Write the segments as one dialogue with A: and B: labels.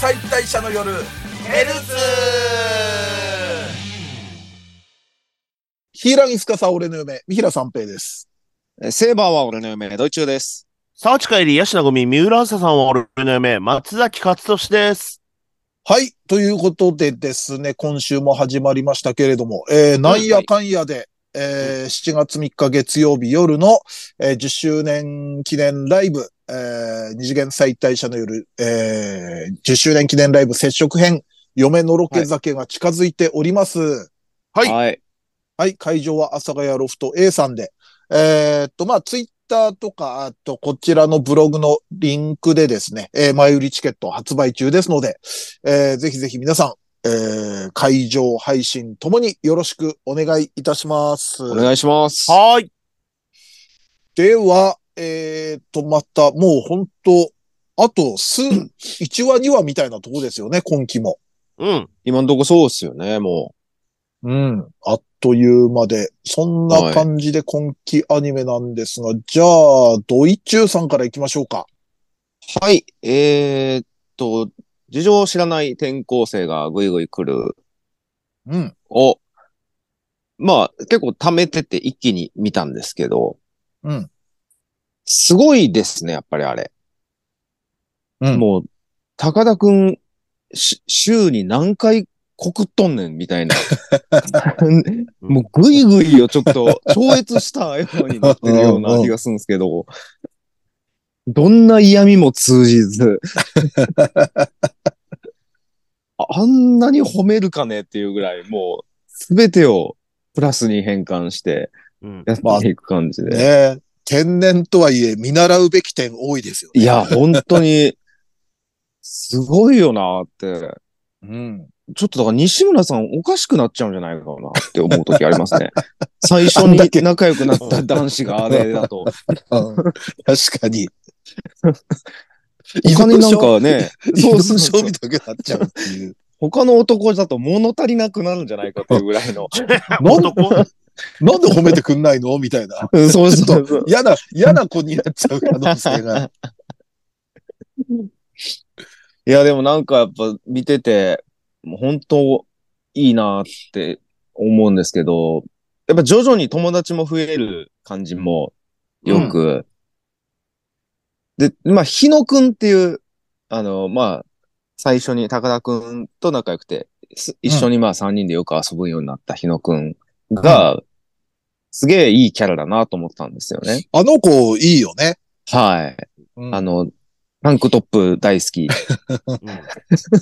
A: 解体者の夜ヘルツヒーラギスカさ俺の嫁、三平三平です。
B: えセーバーは俺の夢、ドイチューです。
C: サーチ帰り、ヤシナゴミ、三浦朝さんは俺の夢、松崎勝利 です。
A: はい。ということでですね、今週も始まりましたけれども、えー、なんやかんやで、えー、7月3日月曜日夜の、えー10周年記念ライブ、えー、二次元再退者の夜、えー、10周年記念ライブ接触編、嫁のロケ酒が近づいております。
C: はい
B: はい。
A: はい、会場は阿佐ヶ谷ロフト A さんで、えーっと、まあ、ツイッターとか、あと、こちらのブログのリンクでですね、えー前売りチケット発売中ですので、えーぜひぜひ皆さん、えー会場配信ともによろしくお願いいたします。
B: お願いします。
C: はーい。
A: では、えーっと、また、もう本当あと、数、1話2話みたいなとこですよね、今期も。
C: うん。
B: 今んとこそうっすよね、も
A: うん。あっという間で、そんな感じで今期アニメなんですが、じゃあ、ドイチューさんから行きましょうか。
B: う。はい。えー、っと、事情を知らない転校生がぐいぐい来る
A: うん。
B: を、まあ、結構溜めてて一気に見たんですけど、
A: うん。
B: すごいですね、やっぱりあれ。
A: うん
B: もう、高田くん、し週に何回告っとんねん、みたいな。もうぐいぐいをちょっと超越したようになってるような気がするんですけど、どんな嫌味も通じず、ああんなに褒めるかねっていうぐらい、もうすべてをプラスに変換して
C: うん。
B: やっていく感じで。
A: ねえ。天然とはいえ、見習うべき点多いですよね。
B: いや、本当に、すごいよなって。
A: うん。
B: ちょっとだから西村さんおかしくなっちゃうんじゃないかなって思う時ありますね。 最初
A: あんだけ
B: に仲良くなった男子があれだ と。
A: うん確かに。
B: 他になんかね、
A: 依
B: そう
A: 存
B: そうそう
A: 症みたいになっちゃうって いう。
B: 他の男だと物足りなくなるんじゃないかっていうぐらい の。
C: 男
A: なんで褒めてくんないのみたいな。
B: そう
A: ちょっと嫌な、嫌な子になっちゃう可能性 が。
B: いや、でもなんかやっぱ見てて、もう本当いいなって思うんですけど、やっぱ徐々に友達も増える感じもよく。で、まあ、日野くんっていう、あの、まあ、最初に高田くんと仲良くて、す一緒にまあ3人でよく遊ぶようになった日野くんが、すげえいいキャラだなと思ったんですよね。
A: あの子、いいよね。
B: はい。
A: うん
B: あの、タンクトップ大好き。
C: うん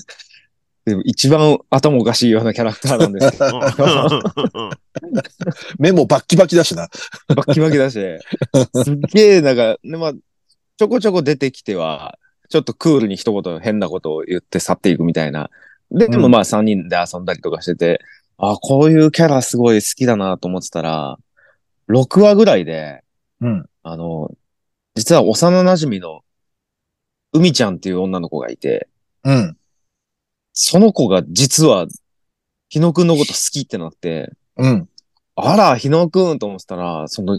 B: でも一番頭おかしいようなキャラクターなんです けど、
C: うん
A: 目もバッキバキだしな。
B: バッキバキだし、すっげえなんか、ねまあ、ちょこちょこ出てきては、ちょっとクールに一言変なことを言って去っていくみたいな。で、で
A: う
B: も
A: ん
B: まあ3人で遊んだりとかしてて、あこういうキャラすごい好きだなと思ってたら、6話ぐらいで、
A: うん
B: あの、実は幼馴染の、海ちゃんっていう女の子がいて、
A: うん。
B: その子が実は、日野くんのこと好きってなって、
A: うん。
B: あら、日野くんと思ってたら、その、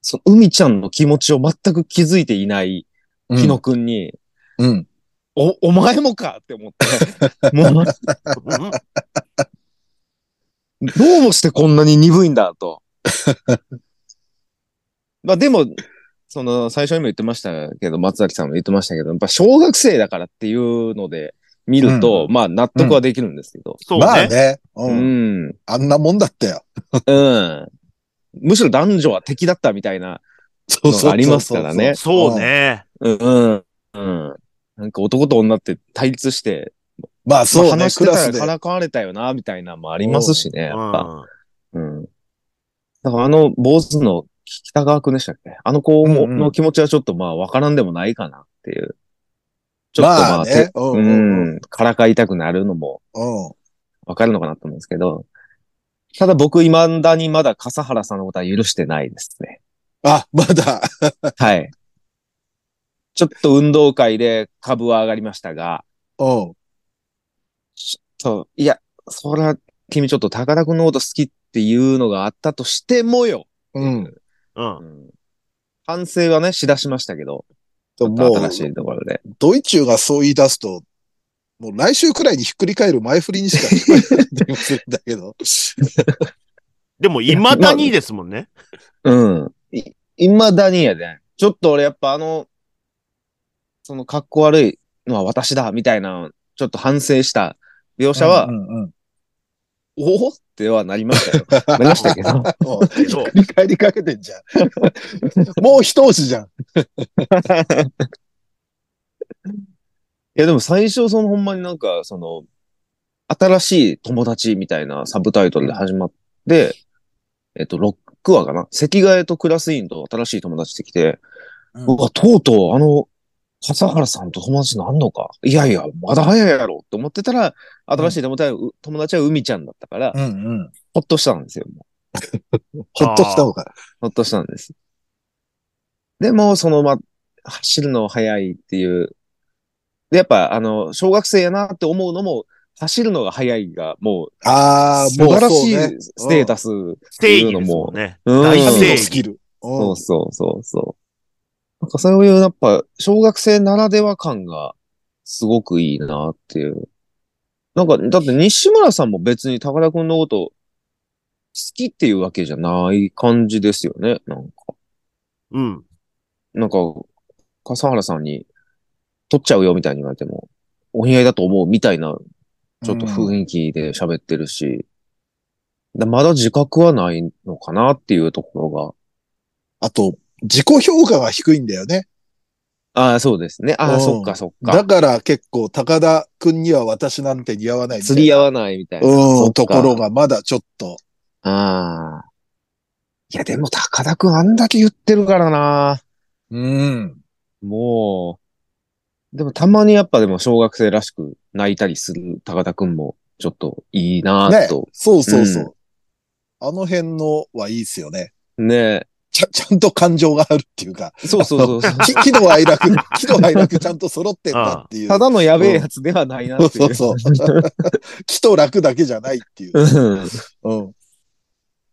B: その、海ちゃんの気持ちを全く気づいていない日野くんに、
A: うん。
B: お、お前もかって思って、もう、どうもしてこんなに鈍いんだと。まあでも、その、最初にも言ってましたけど、松崎さんも言ってましたけど、やっぱ小学生だからっていうので見ると、まあ納得はできるんですけど。
C: そう
A: まあ
C: ね。
A: ね、うん。
B: うん
A: あんなもんだったよ。
B: うん。むしろ男女は敵だったみたいな。
A: そ
B: のがありますからね
C: そう。ね。
B: うん。うん。なんか男と女って対立して、
A: まあそう
B: まあ
A: ね、
B: 話し
A: ク
B: て
A: ラ
B: た
A: ス
B: ら
A: で。
B: からかわれたよな、みたいなのもありますしね、やっぱ。
C: うん
B: うん。だからあの、坊主の北川くんでしたっけあの子も、
A: うんうん
B: の気持ちはちょっとまあ、わからんでもないかなっていう。ちょっとまあ、
A: まあね
B: て。
A: うん
B: う
A: うんうん
B: ん。からかいたくなるのも
A: うん
B: わかるのかなと思うんですけど、ただ僕、未だにまだ笠原さんのことは許してないですね。
A: あ、まだ。
B: はい。ちょっと運動会で株は上がりましたが、
A: うん。
B: そう、いや、そら、君ちょっと高田君のこと好きっていうのがあったとしてもよ、
A: うん。
C: うん
B: うん反省はね、しだしましたけど、
A: でももう
B: 新、しいところで。
A: ドイチューがそう言い出すと、もう来週くらいにひっくり返る前振りにしか聞こえないんだけどするんだけ ど。
C: でも、未だにですもんね。
B: うん。い、未だにやで。ちょっと俺やっぱあの、その格好悪いのは私だ、みたいな、ちょっと反省した描写は、
A: うんうんうん
B: おおってはなりましたよ。なりましたけど。
A: もうひっくり返りかけてんじゃん。もう一押しじゃん。
B: いやでも最初そのほんまになんか、その、新しい友達みたいなサブタイトルで始まって、えっと、6話かな席替えとクラス委員と新しい友達ってきて、うわ、とうとうあの、笠原さんと友達なんのかいやいや、まだ早いやろって思ってたら、新しい友達は、友達は海ちゃんだったから、
A: うんうん。
B: ほっとしたんですよ。もう
A: ほっとしたのか。
B: ほっとしたんです。でも、その、ま、走るの早いっていう。で、やっぱ、あの、小学生やなって思うのも、走るのが早いが、もう、
A: ああ、
B: 素
A: もう
B: 晴ら
A: そう
B: しい
A: ね。
B: ステータス。
C: ステージですもんね。
B: うん
C: 大
A: 神
C: 成
A: のスキル。うん
B: そうそうそうそう。なんかそういう、やっぱ、小学生ならでは感が、すごくいいなっていう。なんか、だって西村さんも別に高田くんのこと、好きっていうわけじゃない感じですよね。なんか、
C: うん。
B: なんか、笠原さんに、取っちゃうよみたいに言われても、お似合いだと思うみたいな、ちょっと雰囲気で喋ってるし、だまだ自覚はないのかなっていうところ
A: あと、自己評価が低いんだよね。
B: が、ああ、そうですね。あ
A: うん
B: あ、そっかそっか。
A: だから結構、高田くんには私なんて似合わないみたいな
B: 釣り合わないみたいな。
A: うん、ところ。がまだちょっと。
B: ああ。いや、でも高田くんあんだけ言ってるからな。
A: うん。
B: もう。でもたまにやっぱでも小学生らしく泣いたりする高田くんもちょっといいな
A: ね
B: ぁと。。
A: そうそうそうう。あの辺のはいいっすよね。
B: ね
A: ちゃ、 ちゃんと感情があるっていうか、
B: そうそうそうそう。
A: き喜怒哀 楽、喜怒哀楽ちゃんと揃ってんだっていう。
B: ただのやべえやつではないな
A: そう
B: ってい。
A: そううそう。 喜と楽だけじゃないっていう。
B: うん
A: うん。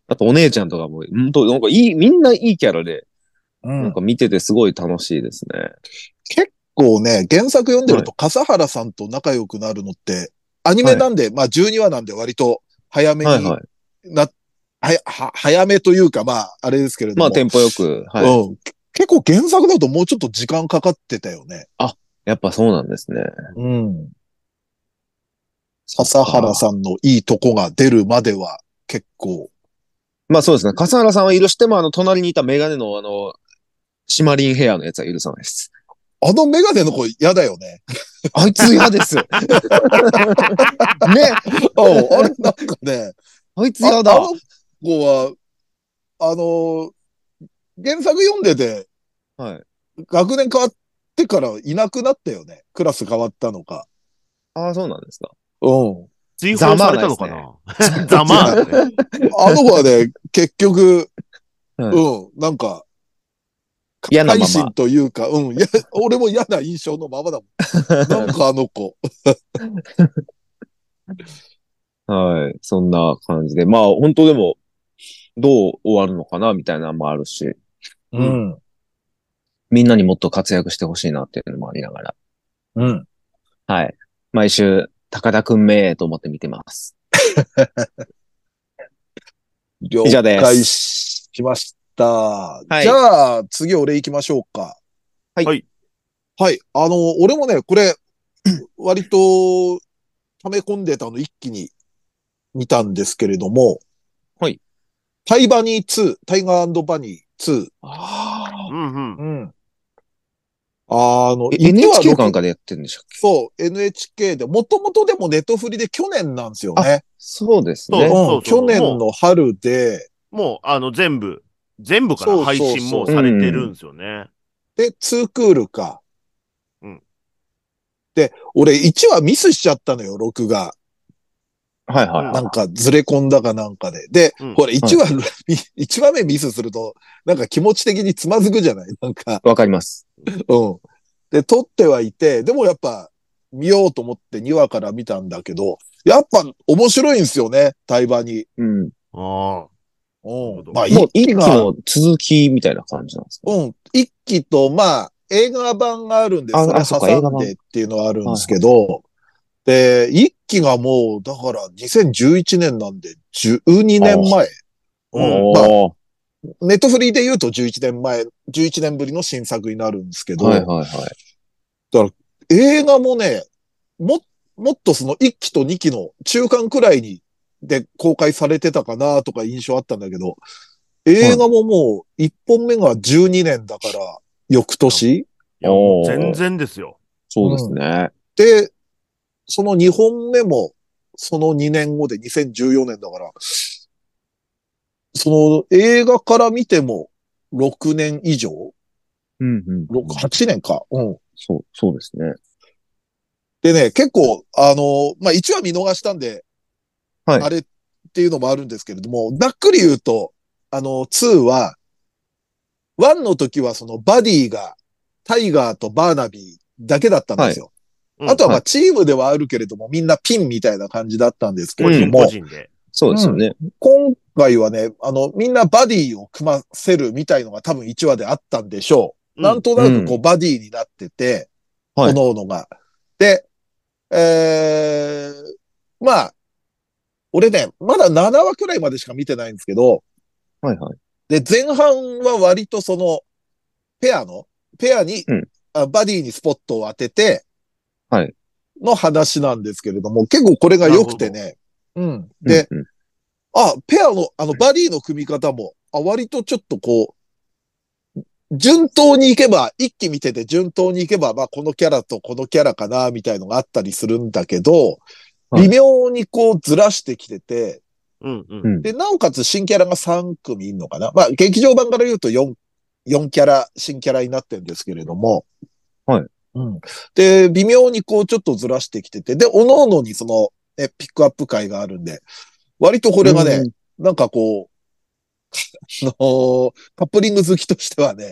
B: あとお姉ちゃんとかも、本当なんかいい、みんないいキャラで、
A: う
B: なん
A: ん。
B: か見ててすごい楽しいですね。
A: 結構ね、原作読んでると笠原さんと仲良くなるのって、アニメなんで、まあ12話なんで割と早めに
B: はいはい。
A: な、はやは早めというか、まあ、あれですけれども。
B: まあテンポよく。はい。
A: うん。け結構原作だともうちょっと時間かかってたよね。
B: やっぱそうなんですね。
A: うん。笹原さんのいいとこが出るまでは結構。
B: まあそうですね。笠原さんは許しても、あの、隣にいたメガネの、あの、シマリンヘアのやつは許さないです。
A: あのメガネの子嫌だよね。
B: あいつ嫌 です。ね、
A: うんあれなんかね。
B: あいつ
A: あ
B: 嫌
A: あ
B: だ。
A: の子は、あの、原作読んでて
B: はい。
A: 学年変わってからいなくなったよね。クラス変わったのか。
B: ああ、そうなんですか。
A: うん。
C: 追放されたのかな ざ
A: ま
C: まあ
A: あ
C: ないですね。
A: あの子はね、結局、
B: はい
A: うん、なんか、
B: 嫌なまま
A: 改心というか、うん、いや、俺も嫌な印象のままだもん。 なんかあの子。
B: はい。そんな感じで。まあ、本当でも、どう終わるのかな、みたいなのもあるし、
A: うん
B: みんなにもっと活躍してほしいなっていうのもありながら。
A: うん。
B: はい。毎週、高田くんめーと思って見てます。
A: 了
B: 以上です
A: 解しました。
B: い
A: じゃあ、次俺行きましょうか。
B: はい
C: はい。
A: はい。あの、俺もね、これ、 割と、溜め込んでたの一気に見たんですけれども、
B: はい。
A: タイバニー2、タイガーバニー2、
B: ああ。
C: うんうん。
A: うん。あの、
B: え
A: 一話
B: NHK
A: 録
B: かなんかでやってるんでしたっけ
A: そう、NHK で、もともとでもネットフリで去年なんですよね。
B: そうです
A: うん
B: ね。
C: そうそう
A: 去年の春で、
C: もう、あの、全部、全部か
A: そ
C: な
A: うそう
C: 配
A: そう
C: 信もうされてるんですよね。
A: で、ツークールか。
C: うん
A: で、俺1話ミスしちゃったのよ、録画。
B: はいはい。
A: なんかずれ込んだかなんかで。で、
C: うん
A: ほら、1話、 一話目ミスすると、なんか気持ち的につまずくじゃないなんか。
B: わかります。
A: うん。で、撮ってはいて、でもやっぱ見ようと思って2話から見たんだけど、やっぱ面白いんですよね、対話に。
B: うん。
C: ああ。
A: う
C: うん
A: ん。まあ、
B: もう
A: 一
B: 一
A: 期
B: 期
A: が、
B: の続きみたいな感じなんですか
A: うん。一期と、まあ、映画版があるんで、
B: あ
A: それ
B: あそっか
A: 挟んでっていうのはあるんですけど、で、一期がもう、だから2011年なんで、12年前。うん。まあ、
B: お
A: ネットフリーで言うと11年前、11年ぶりの新作になるんですけ
B: ー
A: ど、
B: はいはいはい。
A: 映画もね、も、もっとその1期と2期の中間くらいに、で公開されてたかなとか印象あったんだけど、映画ももう1本目が12年だから、翌年
C: いや、
B: お
C: も
B: ー
C: う全然ですよ。
B: そうですね。
A: で、その2本目も、その2年後で2014年だから、その映画から見ても6年以上
B: うんうん。
A: 6 ?8 年か。うん。
B: そう、そうですね。
A: でね、結構、あの、まあ、1話見逃したんで、
B: はい
A: あれっていうのもあるんですけれども、ざっくり言うと、あの、2は、1の時はそのバディが、タイガーとバーナビーだけだったんですよ。
C: はいうん
A: あとはま
B: は
A: あチームではあるけれども、みんなピンみたいな感じだったんですけ
C: 個
A: れ
C: 人
A: ども、
C: 個人で。
B: そうですよね。
A: 今回はね、あの、みんなバディを組ませるみたいのが多分1話であったんでしょう。
C: うん
A: なんとなくこ
B: う
A: う、バディになってて、
B: はい
A: 各々が。で、えー、まあ、俺ね、まだ7話くらいまでしか見てないんですけど、
B: はいはい。
A: で、前半は割とその、ペアの、ペアに、
B: うん
A: あバディにスポットを当てて、
B: はい
A: の話なんですけれども、結構これが良くてね、うん。で、
B: うんうん、
A: あ、ペアの、あの、バディの組み方も、あ、割とちょっとこう、順当に行けば、一気見てて順当に行けば、まあ、このキャラとこのキャラかな、みたいのがあったりするんだけど、
B: はい
A: 微妙にこうずらしてきてて、
C: うんうん。
B: うん
A: で、なおかつ新キャラが3組いるのかなまあ、劇場版から言うと4、4キャラ、新キャラになってるんですけれども。
B: はい。
A: うん。で、微妙にこうちょっとずらしてきてて、で、各々にその、ね、ピックアップ会があるんで、割とこれがね、
B: うん
A: なんかこう、 あのーカップリング好きとしてはね、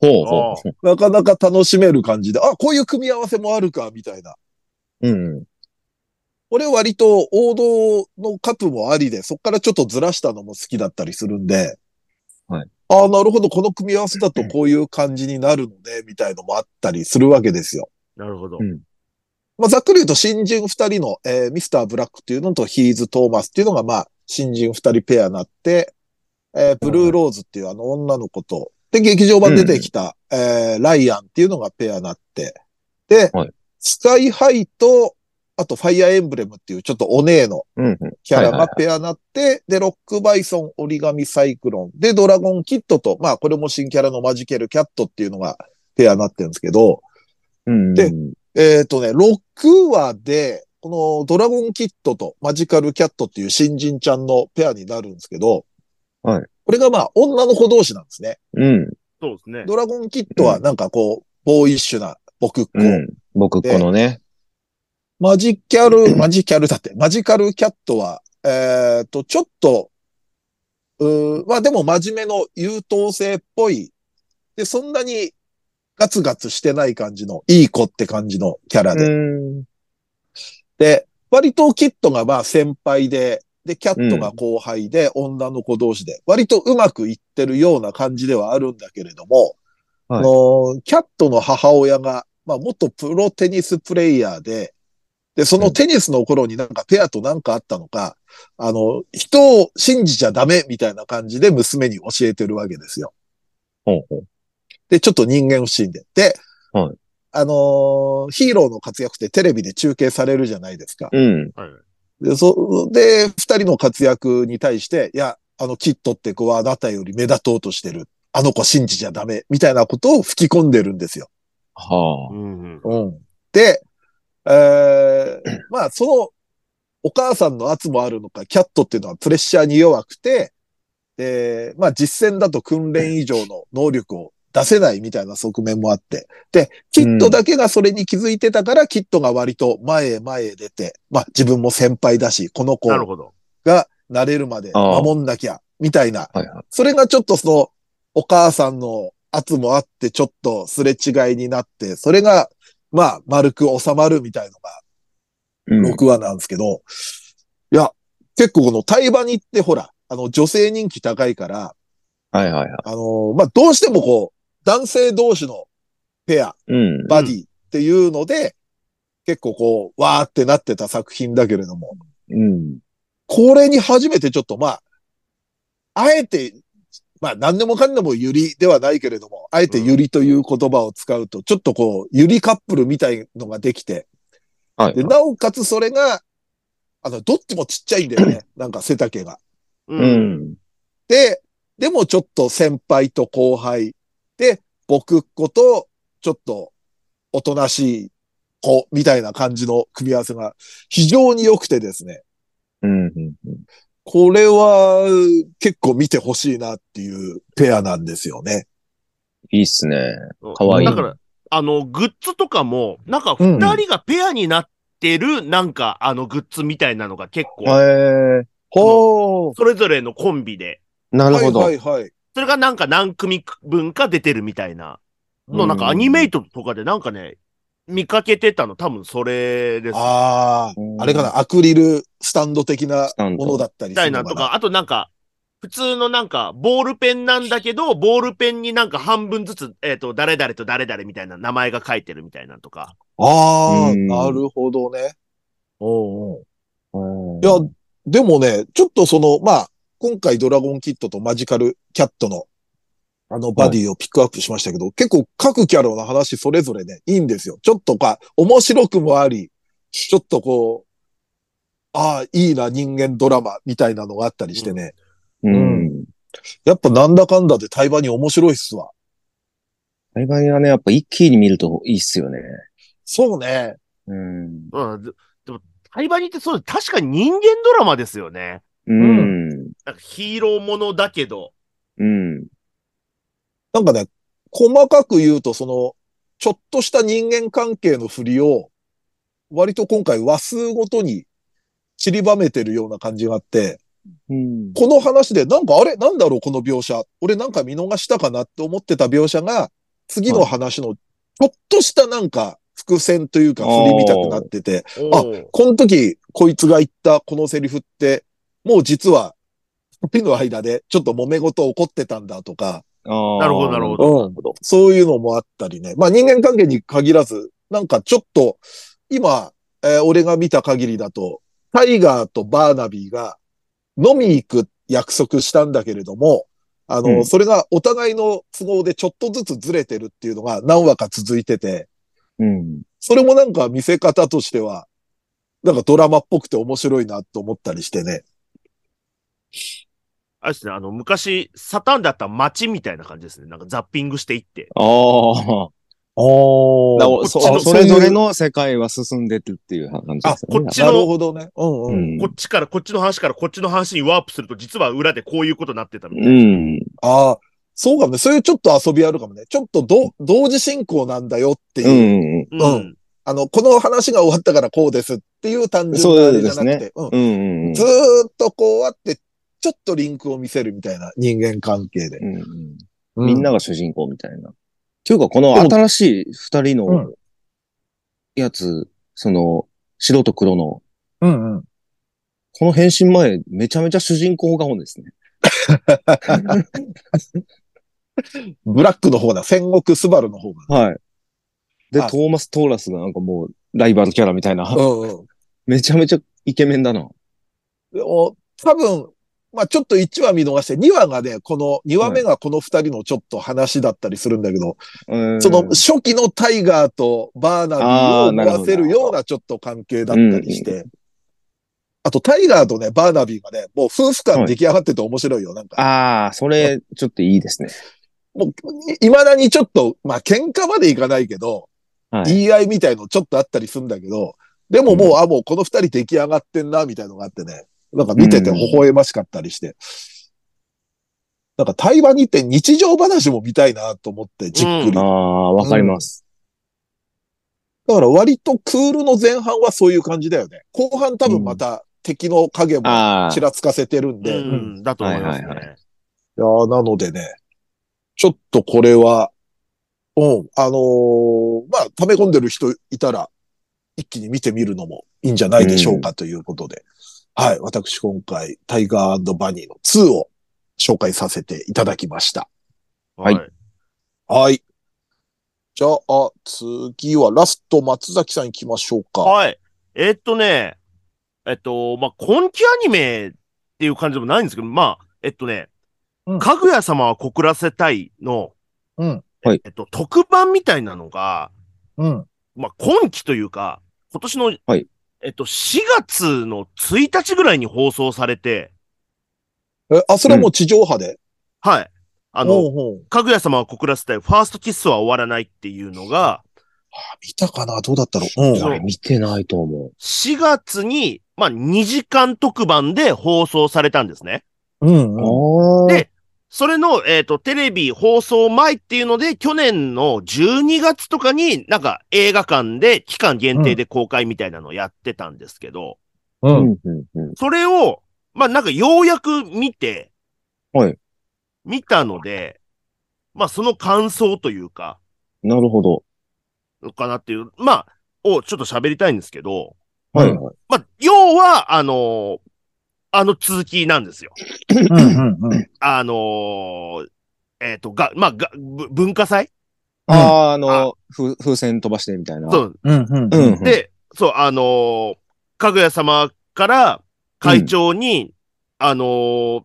B: ほうほう。
A: なかなか楽しめる感じで、あ、こういう組み合わせもあるか、みたいな。
B: うんうん。
A: 俺割と王道のカップもありで、そっからちょっとずらしたのも好きだったりするんで、
B: はい。
A: ああ、なるほど、この組み合わせだとこういう感じになるのね、みたいのもあったりするわけですよ。
C: なるほど
B: う。ん
A: まあ、ざっくり言うと新人二人の、えーミスターブラックっていうのとヒーズ・トーマスっていうのが、まあ、新人二人ペアになって、えーブルーローズっていうあの女の子と、で、劇場版出てきた、えーライアンっていうのがペアになって、で、
B: はい
A: スカイハイと、あとファイアーエンブレムっていうちょっとお姉の
B: うんうん。
A: キャラがペアになって、で、ロックバイソン、折り紙サイクロン、で、ドラゴンキッドと、まあ、これも新キャラのマジケルキャットっていうのがペアになってるんですけど、
B: うんうん。
A: でえっ、とね、6話で、このドラゴンキッドとマジカルキャットっていう新人ちゃんのペアになるんですけど、
B: はい
A: これがまあ女の子同士なんですね。
B: うん。
C: そうですね。
A: ドラゴンキッドはなんかこう、ボーイッシュな僕っ子。
B: うん。僕、このね。
A: マジキャル、マジキャルだって、マジカルキャットは、えっ、と、ちょっと、うーまあでも真面目の優等生っぽい。で、そんなにガツガツしてない感じの、いい子って感じのキャラで。
B: うん。
A: で、割とキットがまあ先輩で、で、キャットが後輩で、女の子同士で、割とうまくいってるような感じではあるんだけれども、
B: はい
A: あのキャットの母親が、まあ元プロテニスプレイヤーで、で、そのテニスの頃になんかペアとなんかあったのか、あの、人を信じちゃダメみたいな感じで娘に教えてるわけですよ。
B: ほうほう。
A: で、ちょっと人間不信で。で、
B: はい
A: あのーヒーローの活躍ってテレビで中継されるじゃないですか。
B: うん。
C: はい。
A: で、そ、で、二人の活躍に対して、いや、あの、キットって子はあなたより目立とうとしてる。あの子信じちゃダメ。みたいなことを吹き込んでるんですよ。
B: は
C: う
B: あ。
C: んうん。
A: うん。で、えー、 まあ、その、お母さんの圧もあるのか、キャットっていうのはプレッシャーに弱くて、で、まあ、実践だと訓練以上の能力を出せないみたいな側面もあって、で、キットだけがそれに気づいてたから、キットが割と前へ前へ出て、まあ、自分も先輩だし、この子
C: なるほど。
A: が慣れるまで
B: ああ
A: 守んなきゃ、みたいな。
B: はいはい。
A: それがちょっとその、お母さんの圧もあって、ちょっとすれ違いになって、それが、まあ、丸く収まるみたい
B: うん
A: のが6話なんですけど、いや、結構この対話に行ってほら、あの、女性人気高いから、
B: はいはいはい。
A: あのーまあ、どうしてもこう、男性同士のペア、
B: うん。
A: バディっていうので、結構こう、わーってなってた作品だけれども、
B: うん。
A: これに初めてちょっとまあ、あえて、まあ何でもかんでもゆりではないけれども、あえてゆりという言葉を使うと、ちょっとこう、ゆりカップルみたいのができて、
B: はい
A: で、。なおかつそれが、あの、どっちもちっちゃいんだよね。なんか背丈が。
C: う。
B: うんん。
A: で、でもちょっと先輩と後輩。で、僕っ子と、ちょっと、おとなしい子みたいな感じの組み合わせが非常に良くてですね。
B: うん。うん
A: これは結構見てほしいなっていうペアなんですよね。
B: いいっすね。
C: うん
B: かわいい
C: だから、あの、グッズとかも、なんか
B: うん
C: 二人がペアになってる、なんか、あの、グッズみたいなのが結構、
B: へえ。ほう。
C: それぞれのコンビで、
B: なるほど。
A: はいはいはい。
C: それがなんか何組分か出てるみたいなの、なんかアニメイトとかでなんかね、見かけてたの、多分それです。
A: あ
B: うん
A: あ、あれかな、アクリルスタンド的な
B: スタンド
A: ものだったり
C: み
A: す
C: た
A: る
C: いな
A: の
C: と
A: な。
C: か、あとなんか、普通のなんか、ボールペンなんだけど、ボールペンになんか半分ずつ、えっ、と、誰々と誰々みたいな名前が書いてるみたいなのとか。
A: ああ、
B: うん
A: なるほどね。おうおう
B: うん
A: いや、でもね、ちょっとその、まあ、今回ドラゴンキッドとマジカルキャットの、あの、バディをピックアップしましたけど、結構各キャラの話それぞれね、いいんですよ。ちょっとか、面白くもあり、ちょっとこう、ああ、いいな、人間ドラマみたいなのがあったりしてね。
B: うん。
A: やっぱなんだかんだで対話に面白いっすわ。
B: 台湾はね、やっぱ一気に見るといいっすよね。
A: そうね。
B: うん。
C: うん。ででも、タイバニってそうです。確かに人間ドラマですよね。
B: うん。
C: なんかヒーローものだけど。
B: うん。
A: なんかね、細かく言うと、その、ちょっとした人間関係の振りを、割と今回話数ごとに散りばめてるような感じがあって、
B: うん。
A: この話で、なんかあれなんだろうこの描写。俺なんか見逃したかなって思ってた描写が、次の話の、ちょっとしたなんか、伏線というか、振りみたくなってて、あ
C: おー
A: この時、こいつが言ったこのセリフって、もう実は、二人の間でちょっと揉め事起こってたんだとか、
B: な
C: なるほどなるほ
A: う
C: ど
A: ん。そういうのもあったりね。まあ人間関係に限らず、なんかちょっと、今、えー俺が見た限りだと、タイガーとバーナビーが飲み行く約束したんだけれども、あの、
B: うん
A: それがお互いの都合でちょっとずつずれてるっていうのが何話か続いてて、
B: うん。
A: それもなんか見せ方としては、なんかドラマっぽくて面白いなと思ったりしてね。
C: あれですね、あの、昔、サタンだった街みたいな感じですね。なんかザッピングしていって。
B: ああ。
A: お
B: なおそ
A: こっちの
B: それぞれの世界は進んでるっていう感じですよね。
C: あこっち
A: なるほどね。うんうん。
B: うん。
C: こっちからこっちの話からこっちの話にワープすると、実は裏でこういうことになってたみたいな。
B: うん。
A: ああ、そうかもね。そういうちょっと遊びあるかもね。ちょっとど、同時進行なんだよって
B: う
A: いう。
B: ん。
C: う
A: うんあの、この話が終わったからこうですっていう単純なあれじゃなくて。うん
B: うん。うん
A: ずーっとこうあって、ちょっとリンクを見せるみたいな人間関係で。
B: うん。
A: う
B: みんなが主人公みたいな。っていうか、この新しい二
A: う
B: 人のやつ、その、白と黒の、
A: うんうん。
B: この変身前、めちゃめちゃ主人公顔ですね。
A: ブラックの方だ。戦国スバルの方が。
B: はい。で、
A: あ
B: トーマス・トーラスがなんかもう、ライバルキャラみたいな。
A: うんうん。
B: めちゃめちゃイケメンだな。
A: でも多分、まあちょっと1話見逃して、2話がね、この、2話目がこの2人のちょっと話だったりするんだけど、
B: うん
A: その初期のタイガーとバーナビーを思わせるようなちょっと関係だったりして、あとタイガーとね、バーナビーがね、もう夫婦間出来上がってて面白いよ。なんか、
B: ああ、それ、ちょっといいですね。
A: もう、いまだにちょっと、まあ喧嘩までいかないけど、
B: はい
A: 言い合いみたいのちょっとあったりするんだけど、でももう、あ、もうこの二人出来上がってんな、みたいのがあってね、なんか見てて微笑ましかったりして、なんか対話にって日常話も見たいなと思って、じっくり。
B: ああ、わかります。
A: だから割とクールの前半はそういう感じだよね。後半多分また敵の影も
B: ああ
A: ち、らつかせてるん
C: う
A: で。
C: ん。
A: い
C: だと思いますね。
B: はいはい
A: やーなのでね、ちょっとこれは、うん、あのーまあ、溜め込んでる人いたら、一気に見てみるのもいいんじゃないでしょうかということで。はい、私今回、タイガーバニーの2を紹介させていただきました。
B: はい
C: はい
A: はい。じゃあ、次はラスト松崎さん行きましょうか。
C: はい。えっとね、えっと、まあ、今期アニメっていう感じでもないんですけど、まあ、えっとね、
A: うん
C: かぐや様は告らせたいの、
A: うん
B: はい
C: えっと、特番みたいなのが、
A: うん。
C: まあ、今期というか、今年の、
B: はい
C: えっと、4月の1日ぐらいに放送されて、
A: え、あ、それはもう地上波で、
C: はい。あ
A: お
C: の、
A: うおう
C: かぐや様は告らせたい、ファーストキスは終わらないっていうのが、
A: あ見たかなどうだったろう。うん。
C: そう
B: 俺見てないと思
C: 4月に、まあ、2時間特番で放送されたんですね。
A: うん
B: う。
A: うん。
B: あー
C: でそれの、えっ、と、テレビ放送前っていうので、去年の12月とかになんか映画館で期間限定で公開みたいなのをやってたんですけど、
A: う。
B: うんんうんうん。
C: それを、まあなんかようやく見て、
B: はい。
C: 見たので、まあその感想というか、
B: なるほど。
C: のかなっていう、まあ、をちょっと喋りたいんですけど、
B: はい。
A: うん
B: はい
C: まあ、要は、あのーあの続きなんですよ。
A: うん。うん。うん。
C: あのーえっ、と、が、まあ、が、ぶ文化祭
B: あー、あの、ふ風船飛ばしてみたいな。。
C: そうう、
A: うん。うん。
B: うんうん。
C: で、そう、あのーかぐや様から会長に、あのー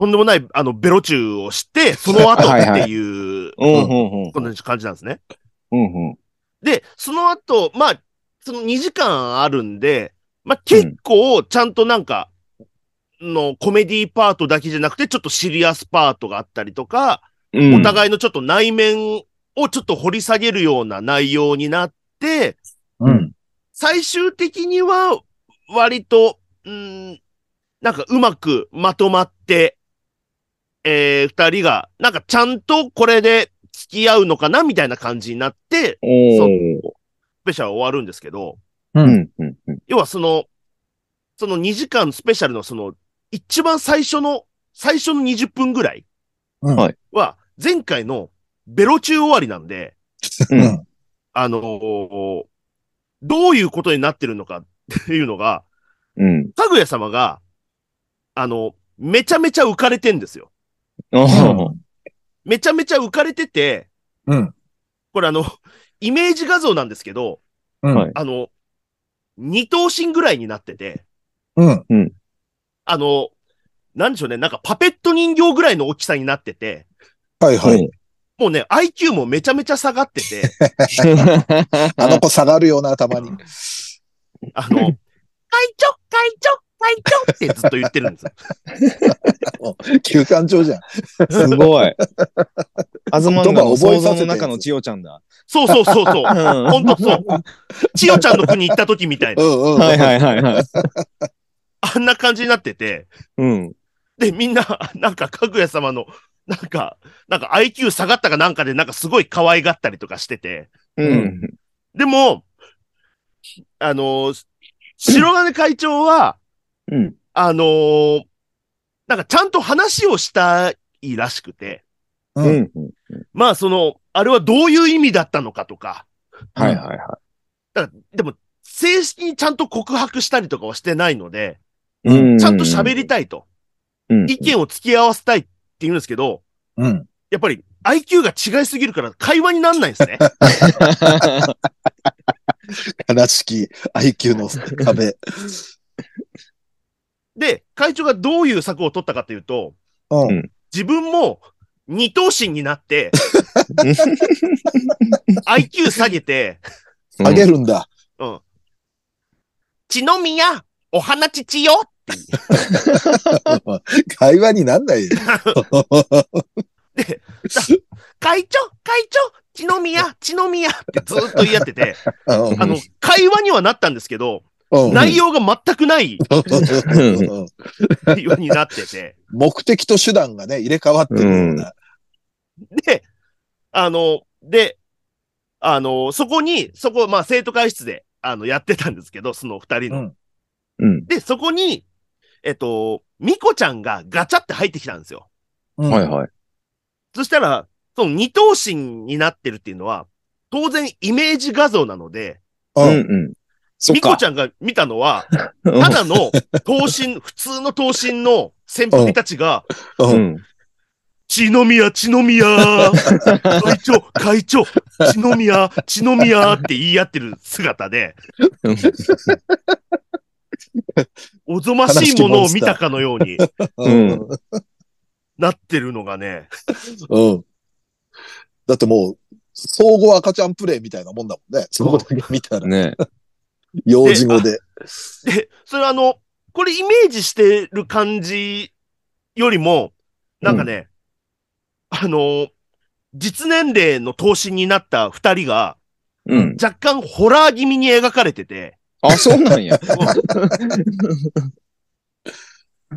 C: とんでもない、あの、ベロチューをして、その後っていう、
B: うんうんうん
C: こんな感じなんですね。
B: うんうん。
C: で、その後、まあ、その2時間あるんで、まあ、結構、ちゃんとなんか、のコメディパートだけじゃなくて、ちょっとシリアスパートがあったりとか、
B: うん。
C: お互いのちょっと内面をちょっと掘り下げるような内容になって、
A: うん。
C: 最終的には割と、うん、なんかうまくまとまって、えー、二人が、なんかちゃんとこれで付き合うのかなみたいな感じになって、
B: お
C: そう
B: ー。
C: スペシャルは終わるんですけど、
A: う。
B: うんんうんうん。
C: 要はその、その2時間スペシャルのその、一番最初の、最初の20分ぐらい
A: うん
B: はい
C: は、前回のベロ中終わりなんで、
A: うん。
C: あのーどういうことになってるのかっていうのが、
B: うん。
C: かぐや様が、あの、めちゃめちゃ浮かれてんですよ。
B: あー
C: めちゃめちゃ浮かれてて、
A: うん。
C: これあの、イメージ画像なんですけど、
A: うん。
B: はい
C: あの、二等身ぐらいになってて、
A: うん。
C: あの、なんでしょうね、なんかパペット人形ぐらいの大きさになってて、
A: はいは。
B: はいい。
C: もうね、IQ もめちゃめちゃ下がってて、
A: あの子下がるよな、たまに。
C: あの、会長、会長、会長ってずっと言ってるんですよ。
A: 休館長じゃん。
B: すごい。あずまんがの
A: 言葉覚え
B: 想像の中
A: させてるや
B: の
A: つ
B: 千代ちゃんだ。
C: そうそうそうそう。
B: は
C: ほんとそう。千代ちゃんの国行った時みたいうな、
A: んうん。
B: いはいはいはい。
C: あんな感じになってて、
B: うん。
C: で、みんな、 なんか、かぐや様の、なんか、なんか IQ 下がったかなんかで、なんかすごい可愛がったりとかしてて、
B: うん。
C: でも、あのー白金会長は、
B: うん。
C: あのーなんかちゃんと話をしたいらしくて、
A: う。
B: うんん。
C: まあ、その、あれはどういう意味だったのかとか、
B: はいはいは
C: だからでも、正式にちゃんと告白したりとかはしてないので、
B: い。う
C: ちゃんと喋りたいと。
B: うん
C: 意見を付き合わせたいって言うんですけど、
A: うん。
C: やっぱり IQ が違いすぎるから会話になんないんですね。
A: 悲しき IQ の壁。
C: で、会長がどういう策を取ったかというと、
A: うん。
C: 自分も二等身にな って、IQ 下げて、
A: あげるんだ。
C: うん。血の宮、お花父よ
A: 会話になん ないよ。
C: 会長会長血の宮血の宮ってずっと言い合って て、
A: うん
C: あの、会話にはなったんですけど、
A: うん
C: 内容が全くない
A: うん
C: 会話になってて、
A: 目的と手段がね、入れ替わってるような。
C: で、あの、で、あの、そこに、そこ、まあ、生徒会室で、あの、やってたんですけど、その二人の。
A: うん
B: うん。
C: で、そこに、えっと、ミコちゃんがガチャって入ってきたんですよ。
A: うん
B: はいはい。
C: そしたら、その二等身になってるっていうのは、当然イメージ画像なので、
B: う
A: うんん。
B: うん。そっ
C: ミコ
B: か
C: ち。ゃんが見たのは、
B: う
C: ただ の、等身、普通の等身の先輩たちが、
A: うんん。
B: うん。
C: 血の宮、血の宮、 会長、会長、血の宮、血の宮って言い合ってる姿で、おぞましいものを見たかのように
B: うん
C: なってるのがね、
A: うん。だってもう、総合赤ちゃんプレイみたいなもんだもんね。そこだけ見たら。
B: ね
A: 用事語で。
C: で、それはあの、これイメージしてる感じよりも、なんかね、あの、実年齢の投資になった二人が、
B: うん。
C: 若干ホラー気味に描かれてて、
B: あ、そうなん や。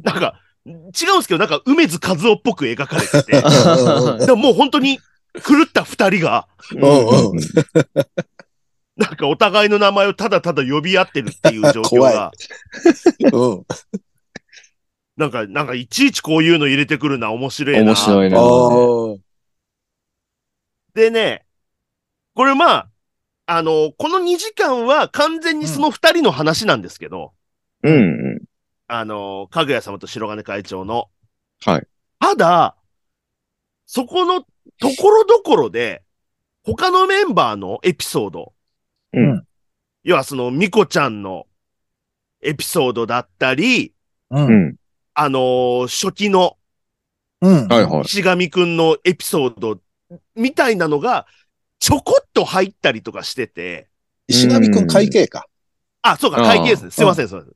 C: なんか、違うんですけど、なんか梅津和夫っぽく描かれ てて、
B: あ
C: でももう本当に狂った二人が、
A: うんうん
C: なんかお互いの名前をただただ呼び合ってるっていう 状況
A: 怖い
C: が、
A: うん。
C: なんか、なんかいちいちこういうの入れてくるな、面白いな。
B: 面白い
A: あ
B: な。
A: あ。
C: でね、これまあ、あの、この2時間は完全にその二人の話なんですけど、
B: うんうん。
C: あの、かぐや様と白金会長の。
B: はい。
C: ただ、そこのところどころで、他のメンバーのエピソード、
B: うん
C: 要はその、ミコちゃんのエピソードだったり、
A: う。
B: うんん。
C: あの初期の
A: うん。
B: はいはい。
C: 岸上くんのエピソードみたいなのが、ちょこっと入ったりとかしてて、
A: 石上くん会計か。
C: あ、そうか、
B: あー
C: 会計ですね。すいません、すいません。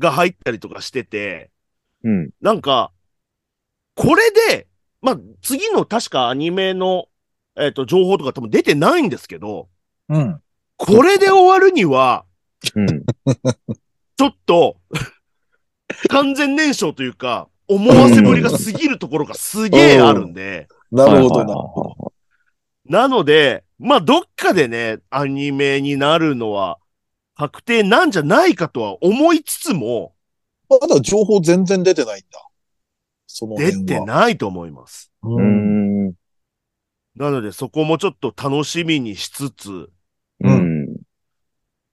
C: が入ったりとかしてて、
B: うん。
C: なんか、これで、まあ、次の確かアニメの、えっ、と、情報とか多分出てないんですけど、
A: うん。
C: これで終わるには、
B: うん。
C: ちょっと、 完全燃焼というか、思わせぶりが過ぎるところがすげえあるんで、
A: なるほど
B: はいは
A: な。
B: いはいはい
C: なので、まあ、どっかでね、アニメになるのは確定なんじゃないかとは思いつつも、
A: まだ情報全然出てないんだ。その
C: 出
A: 辺は。
C: てないと思います。
A: う。
B: うんん。
C: なので、そこもちょっと楽しみにしつつ、
B: うん。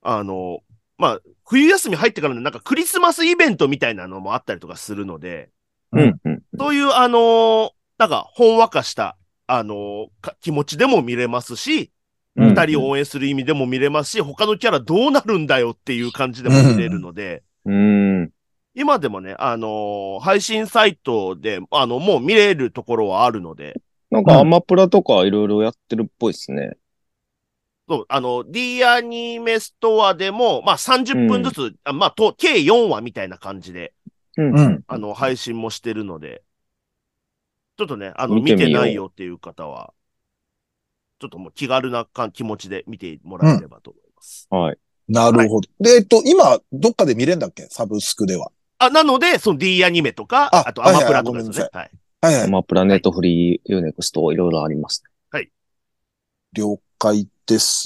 C: あの、まあ、冬休み入ってからのなんかクリスマスイベントみたいなのもあったりとかするので、
B: うん。うん。
C: そういうあのなんかほんわかした、あのか気持ちでも見れますし、
B: うん
C: 二人を応援する意味でも見れますし、他のキャラどうなるんだよっていう感じでも見れるので、
B: うん。
C: 今でもね、あの配信サイトで、あの、もう見れるところはあるので、
B: なんかアマプラとかいろいろやってるっぽいですね。
C: そう、あの、D アニメストアでも、まあ30分ずつ、あまあと、計4話みたいな感じで、
B: うん
A: うん。
C: あの、配信もしてるので、ちょっとね、あの、
B: 見て
C: 見
B: みよう
C: てないよっていう方は、ちょっともう気軽なか気持ちで見てもらえればと思います。
B: はい。
A: なるほど。で、えっと、今、どっかで見れんだっけサブスクでは。
C: あ、なので、その D アニメとか、
A: あ
C: あとアマプ
A: はいは
C: ラ
A: い
C: とかです
A: ごめん
C: ね
A: な。
C: はい。
A: はいは
B: ア
A: い。
B: マプラネットフリー、ユーネクストいろいろあります。
A: 了解です。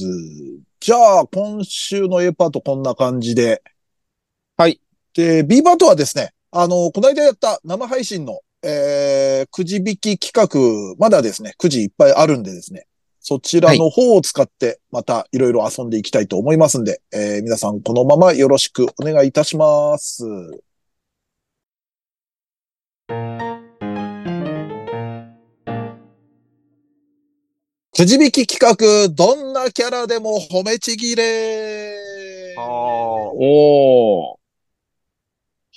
A: じゃあ、今週の A パートこんな感じで。
B: はい。
A: で、B パートはですね、あの、この間やった生配信の、えー、くじ引き企画、まだですね、くじいっぱいあるんでですね、そちらの方を使って、またいろいろ遊んでいきたいと思いますんで、えー皆さんこのままよろしくお願いいたします。くじ引き企画、どんなキャラでも褒めちぎれ
B: おー。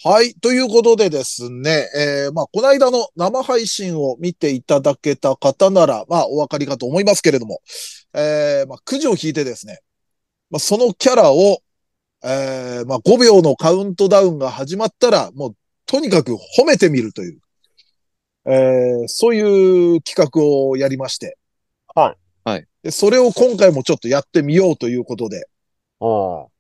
A: はい。ということでですね、えーまあ、この間の生配信を見ていただけた方なら、まあ、お分かりかと思いますけれども、えーまあ、くじを引いてですね、まあ、そのキャラを、えーまあ、5秒のカウントダウンが始まったら、もう、とにかく褒めてみるという、えーそういう企画をやりまして、
C: はい
B: はい
A: で。それを今回もちょっとやってみようということで、
C: お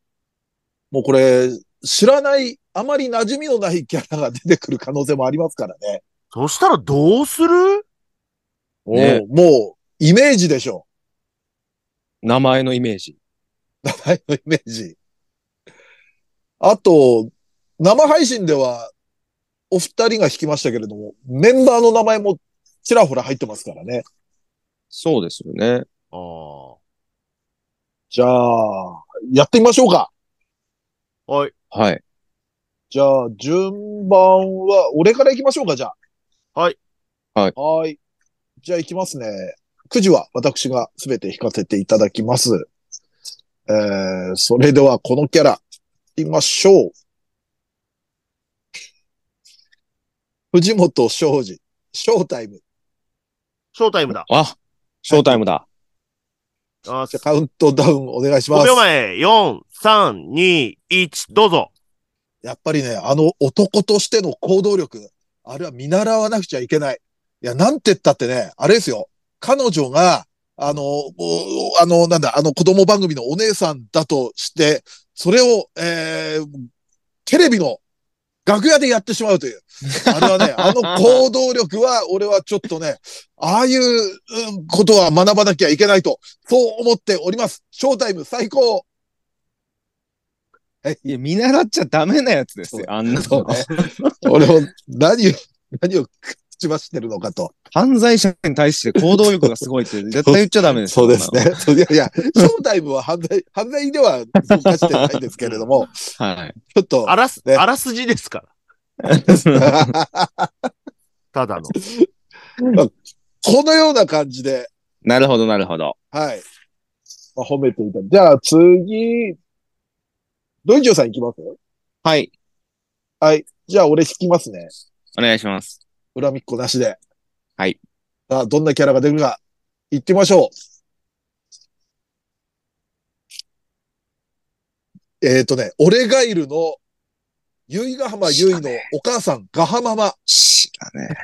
A: もうこれ、知らない、あまり馴染みのないキャラが出てくる可能性もありますからね。
C: そしたらどうする
B: ね
A: おうもう、イメージでしょ。
B: 名前のイメージ。
A: 名前のイメージ。あと、生配信では、お二人が弾きましたけれども、メンバーの名前もちらほら入ってますからね。
B: そうですよね。
C: ああ。
A: じゃあ、やってみましょうか。
C: はい。
B: はい。
A: じゃあ、順番は、俺から行きましょうか、じゃあ。
C: はい。
A: はい。じゃあ行きますね。くじは私がすべて引かせていただきます。えー、それではこのキャラ、行きましょう。藤本昌司、ショータイム。
C: ショータイムだ。
B: あ、ショータイムだ。
C: あ
A: じゃあカウントダウンお願いしま
C: 5
A: す
C: 秒。前、4、3、2、1、どうぞ。
A: やっぱりね、あの男としての行動力、あれは見習わなくちゃいけない。いや、なんて言ったってね、あれですよ。彼女が、あの、もうあの、なんだ、あの子供番組のお姉さんだとして、それを、えー、テレビの楽屋でやってしまうという。あれはね、あの行動力は、俺はちょっとね、ああいううんことは学ばなきゃいけないと、そう思っております。ショータイム最高
B: いや、見習っちゃダメなやつですよ。あんなの。
A: 俺を何を、何を口走ってるのかと。
B: 犯罪者に対して行動力がすごいって絶対言っちゃダメですよ。
A: ね。いやいや、ショータイムは犯罪、犯罪では動かしてないですけれども、ち
B: そんなの。はい。
A: ょっと
C: あ、らす、
A: ね
C: あらすじですから。ただの。
A: このような感じで、
B: なるほど、なるほど。
A: はい。まあ、褒めていた。じゃあ次、ドイジョさん行きます
B: はい。
A: じゃあ俺引きますね。
B: お願いします。
A: 恨みっこなしで。
B: はい。
A: さあ、どんなキャラが出るか、行ってみましょう。えっ、ー、とね、俺ガイルの、ゆいがはまゆいのお母さん、ガハママ、
B: 知らね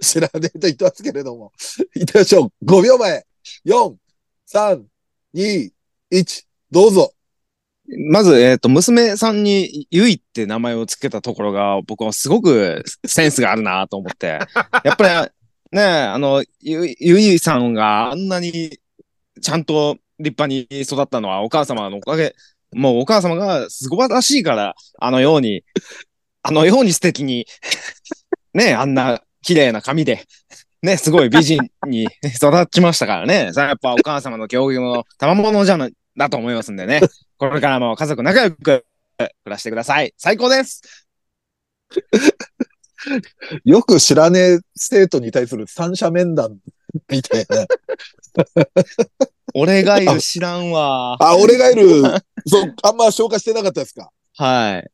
A: 知らねえと言ってますけれども。行ってみましょう。5秒前。4、3、2、1、どうぞ。
B: え。まず、えっ、と、娘さんにゆいって名前をつけたところが、僕はすごくセンスがあるなと思って。やっぱり、ねえ、あの、ゆい、ゆいさんがあんなに、ちゃんと立派に育ったのはお母様のおかげ、もうお母様がすごらしいから、あのように、あのように素敵に、 ねえ、あんな綺麗な髪で、ね、すごい美人に育ちましたからね。さあ、やっぱお母様の教育の賜物じゃな、だと思いますんでね。これからも家族仲良く暮らしてください。最高です
A: よく知らねえ生徒に対する三者面談、みたいな。
B: 俺がいる知らんわ。
A: あ、俺ガイル、そう、あんま消化してなかったですか
B: はい。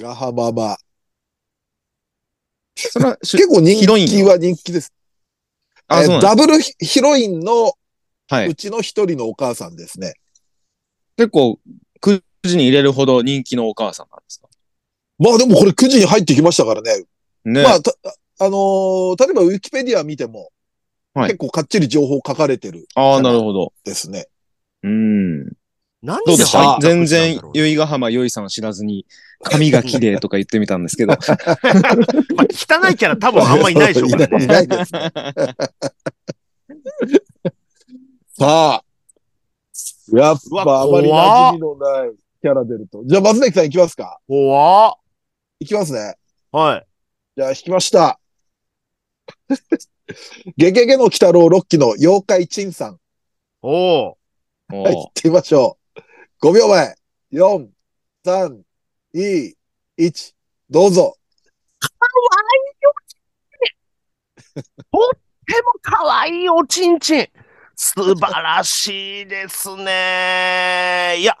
A: ガハママ。
B: そ れは、し
A: 結構人
B: ヒロイン
A: 気は人気です。
B: あ、
A: えー
B: そうな
A: ダ
B: んだ
A: ブルヒヒロインの。
B: はいう
A: ちの一人のお母さんですね。
B: 結構、くじに入れるほど人気のお母さんなんですか
A: まあでもこれ9時に入ってきましたからね。
B: ね。
A: まあ、たあのー例えばウィキペディア見ても、
B: はい
A: 結構かっちり情報書かれてるん
B: ああ、なるほど。
A: ですね。
B: うん。
C: 何
B: どうでし
A: さ
B: た
A: あ
B: 全然、
C: 言
B: 由比ヶ浜由衣さんを知らずに、髪が綺麗とか言ってみたん ですけど。
C: まあ、汚いキャラ多分あんまいないでしょうか ら
A: い
C: ね。
A: ないいないですね。 さあ、やっ
C: う
A: ぱ
C: わ
A: あまり馴染みのないキャラ出ると。じゃあ松崎さんいきますか
C: 怖っ。
A: いきますね。
C: はい。
A: じゃあ、引きました。 ゲゲゲの鬼太郎6期の妖怪陳さん。
C: おお。
B: もう
A: はい、行ってみましょう。5秒前。4、3、2、1、どうぞ。
C: でも可愛いおちんちん。素晴らしいですね。いや、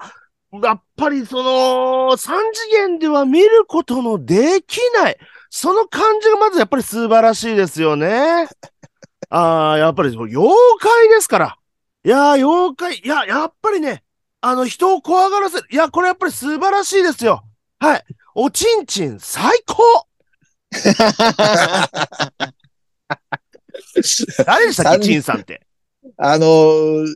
C: やっぱりその、三次元では見ることのできない。その感じがまずやっぱり素晴らしいですよね。ああ、やっぱりそう妖怪ですから。いやー、妖怪。いや、やっぱりね、あの、人を怖がらせる。いや、これやっぱり素晴らしいですよ。はい。おちんちん最高誰でしたっけ、
A: 三次
C: ちんさんって。
A: あのー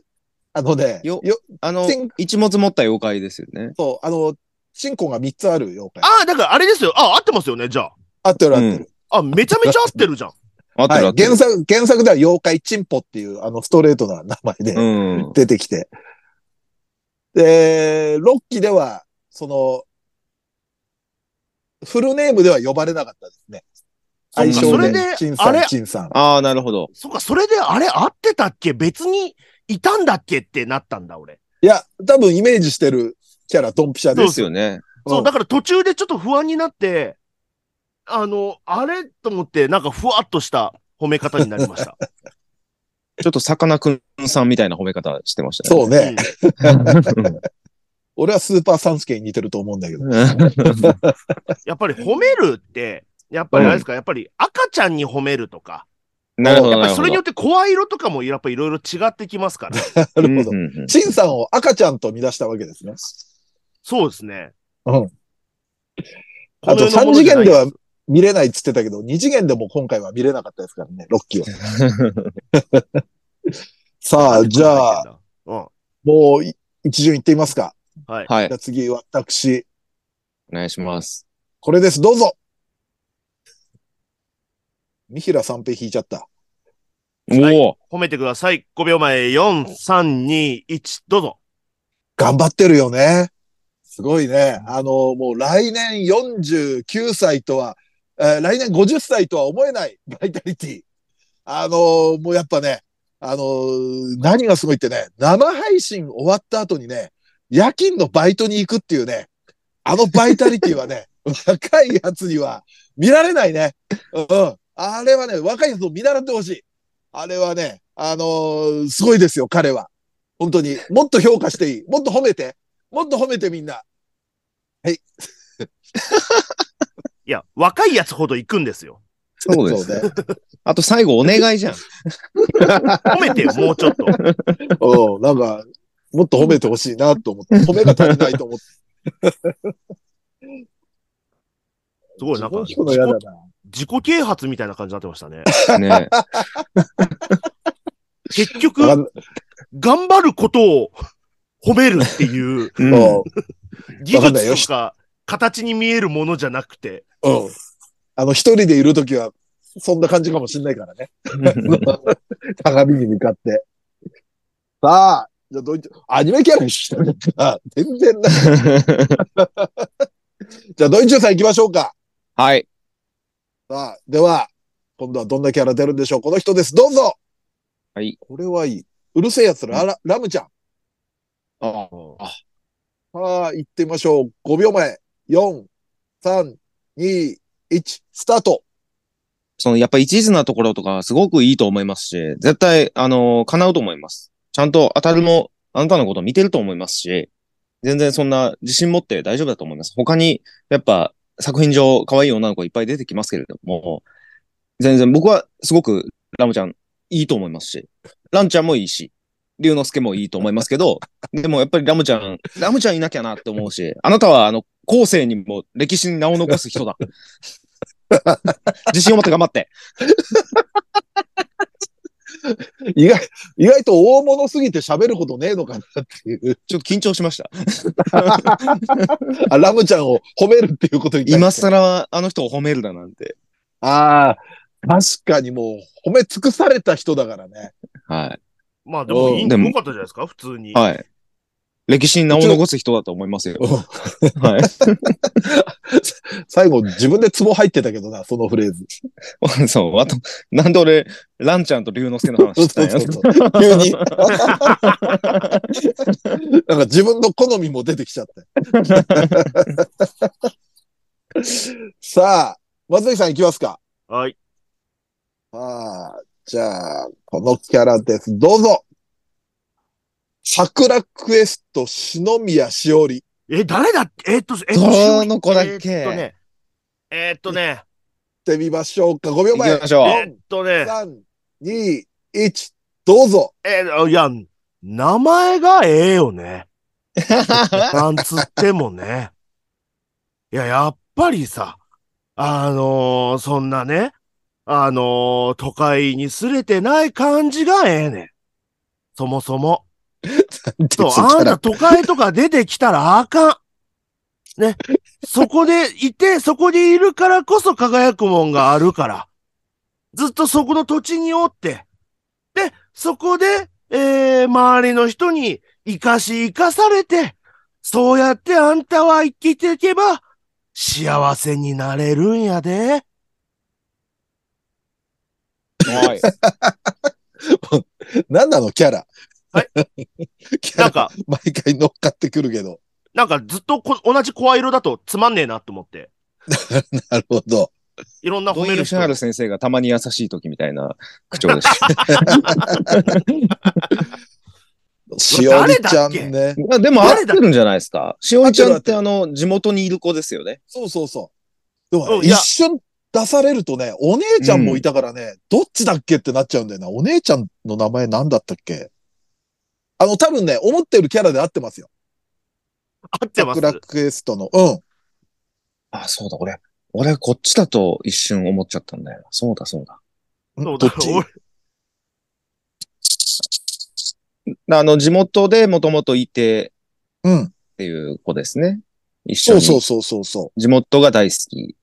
A: あのね、
B: よ
A: よ、
B: あの
A: チン、
B: 一物持った妖怪ですよね。
A: そう、あの、チンコが3つある妖怪。
C: ああ、だからあれですよ。あ合ってますよね、じゃあ。
A: 合ってる合ってる。
C: あ、めちゃめちゃ合ってるじゃん。
B: あった
A: は
B: ら、
A: い。原作、原作では妖怪チンポっていう、あの、ストレートな名前で。
B: うん。
A: 出てきて。で、6期では、その、フルネームでは呼ばれなかったですね。
B: そっ
A: 愛
B: か
A: 称
B: それ
A: で
C: で、
A: チン
C: あ
A: さん、
C: れ
A: チンさん。
B: ああ、なるほど。
C: そっか、それであれ合ってたっけ別にいたんだっけってなったんだ、俺。
A: いや、多分イメージしてるキャラ、ドンピシャ
B: で
A: ですす。
B: よ
A: う
B: ね。
A: ん
C: そう、だから途中でちょっと不安になって、あの、あれと思って、なんかふわっとした褒め方になり ました。
B: ちょっとさかなクンさんみたいな褒め方してました ね。
A: そうね。
B: そう。
A: 俺はスーパーサンスケに似てると思うんだけど。
C: やっぱり褒めるって、やっぱりあれですか、やっぱり赤ちゃんに褒めるとか、
B: なるほど、
C: やっ
B: なる
C: ぱり
B: ほ
C: それ
B: ど
C: によ。って声色とかもやっぱいろいろ違ってきますから。
A: なるほど
B: う。んうんうん
A: 陳さんを赤ちゃんと見出したわけですね。
C: そうですね。
A: うん。
C: こ
A: あ
C: の
A: と
C: 世の
A: 3
C: もの
A: 次
C: じゃな
A: 元で
C: い
A: は見れないっつってたけど、2次元でも今回は見れなかったですからね、ロッキーは。さあ、じゃあ、。
C: うん。
A: もうい一巡いってみますか。
C: はい。
B: はい
A: じゃ。あ次、私、
B: お願いします。
A: これです、どうぞ。三平三平引いちゃった。
B: おお、
C: い褒めてください。5秒前、4、3、2、1、どうぞ。
A: 頑張ってるよね。すごいね。あの、もう来年49歳とは、えー来年50歳とは思えない バイタリティ。あの、もうやっぱね、あの、何がすごいってね、生配信終わった後にね、夜勤のバイトに行くっていうね、あのバイタリティはね、若いやつには見られないね。うん。あれはね、若いやつを見習ってほしい。あれはね、あのすごいですよ、彼は。本当に。もっと評価していい。もっと褒めて。もっと褒めてみんな。
C: いや、若いやつほど行くんですよ。
B: そうです
A: そうね。
B: あと最後お願い じゃん。
C: 褒めてよ、もうちょっ と。
A: うん。なんか、もっと褒めてほしいなと思って。褒めが足りないと思って。
C: すごい、なんか
A: 自
C: 自
A: 分弾くの嫌だ
C: 己、
A: な。
C: 自己啓発みたいな感じになってました ね。
B: ね
C: 結
A: わか
C: 局、
A: ん
C: 頑張ることを褒めるっ ていう、
B: うん
A: うん
C: 技
A: わかんないよ
C: 術とか、形に見えるものじゃなくて、
A: うん。あの、一人でいるときは、そんな感じかもしんないからね。鏡に向かって。さあ、じゃあどういっアニメキャラにしてみたら、全然ない。じゃあ、ドイツさん行きましょうか。
B: はい。
A: さあ、では、今度はどんなキャラ出るんでしょうこの人です。どうぞ
B: はい。
A: これはいい。うるせえやつら、ララムちゃん。
B: あ
A: さあ、行ってみましょう。5秒前。4、3、2、1、スタート。
B: そのやっぱ一途なところとかすごくいいと思いますし、絶対、あの叶うと思います。ちゃんと当たるもあなたのこと見てると思いますし、全然そんな自信持って大丈夫だと思います。他に、やっぱ作品上可愛い女の子いっぱい出てきますけれども、全然僕はすごくラムちゃんいいと思いますし、ランちゃんもいいし、龍之介もいいと思いますけど、でもやっぱりラムちゃん、ラムちゃんいなきゃなって思うし、あなたはあの、後世にも歴史に名を残す人だ。自信を持って頑張って。
A: 意外、意外と大物すぎて喋ることねえのかなっていう。
B: ちょっと緊張しました。
A: あ、ラムちゃんを褒めるっていうことに対して
B: 今更あの人を褒めるだなんて。
A: ああ、確かにもう褒め尽くされた人だからね。
B: は
C: まあでもいい、
B: でも
C: 良かったじゃないですか、普通に。
B: い。はい。歴史に名を残す人だと思いますよ。はい。
A: 最後自分でツボ入ってたけどな、そのフレーズ。
B: そう、あと、なんで俺、ランちゃんと龍之介の話したんや
A: そうそうそう急に。なんか自分の好みも出てきち ゃって。さあ、松崎さんいきますか。
C: はい。
A: ああ、じゃあ、このキャラです。どうぞ。桜クエスト、篠宮しおり。
C: え、誰だっけえーっと、えーっと、
B: どの子だっけ
C: えーっとね、えーっとね、
A: 行ってみましょうか。5秒
B: 行
A: 前
B: き。ましょう。
C: えーっとね、
A: 3、2、1、どうぞ。
C: えー、いや、名前がええよね。なんつってもね。いや、やっぱりさ、あのーそんなね、あのー都会にすれてない感じがええねん。そもそも。そう、あんた都会とか出てきたらあかん。ね。そこでいて、そこにいるからこそ輝くもんがあるから。ずっとそこの土地におって。で、そこで、えー、周りの人に生かし生かされて、そうやってあんたは生きていけば幸せになれるんやで。
B: はい。
A: 何なのキャラ。。
C: はい
A: キャ
C: なん
A: ラ
C: か、
A: 毎回乗っかってくるけど。
C: なんかずっとこ同じ声色だとつまんねえなと思って。
A: なるほど。
C: いろんな
B: 土
C: 褒め
B: 井
C: る
B: 善
C: 人。
B: 晴先生がたまに優しい時みたいな 口調でした。
A: しおりちゃんね。
B: まあでも合ってるんじゃないですか。しおりちゃん
A: 合
B: っ
A: って
B: てあの、地元にいる子ですよね。
A: そうそうそう。でもね、
C: うんい
A: 一
C: や
A: 瞬出されるとね、お姉ちゃんもいたからね、どっちだっけってなっちゃうんだよな。お姉ちゃんの名前なんだったっけあの、多分ね、思ってるキャラで合ってますよ。
C: 合ってます。
A: 桜クエストの。うん。
B: あ、そうだ、俺。俺、こっちだと一瞬思っちゃったんだよな。そうだ、そうだ。
C: そう
A: ど
C: だ
A: っち
C: 俺
B: あの、地元でもともといて
A: うん。
B: っていう子ですね。一緒
A: そう
B: に。
A: そうそうそうそ
B: 地元が大好き。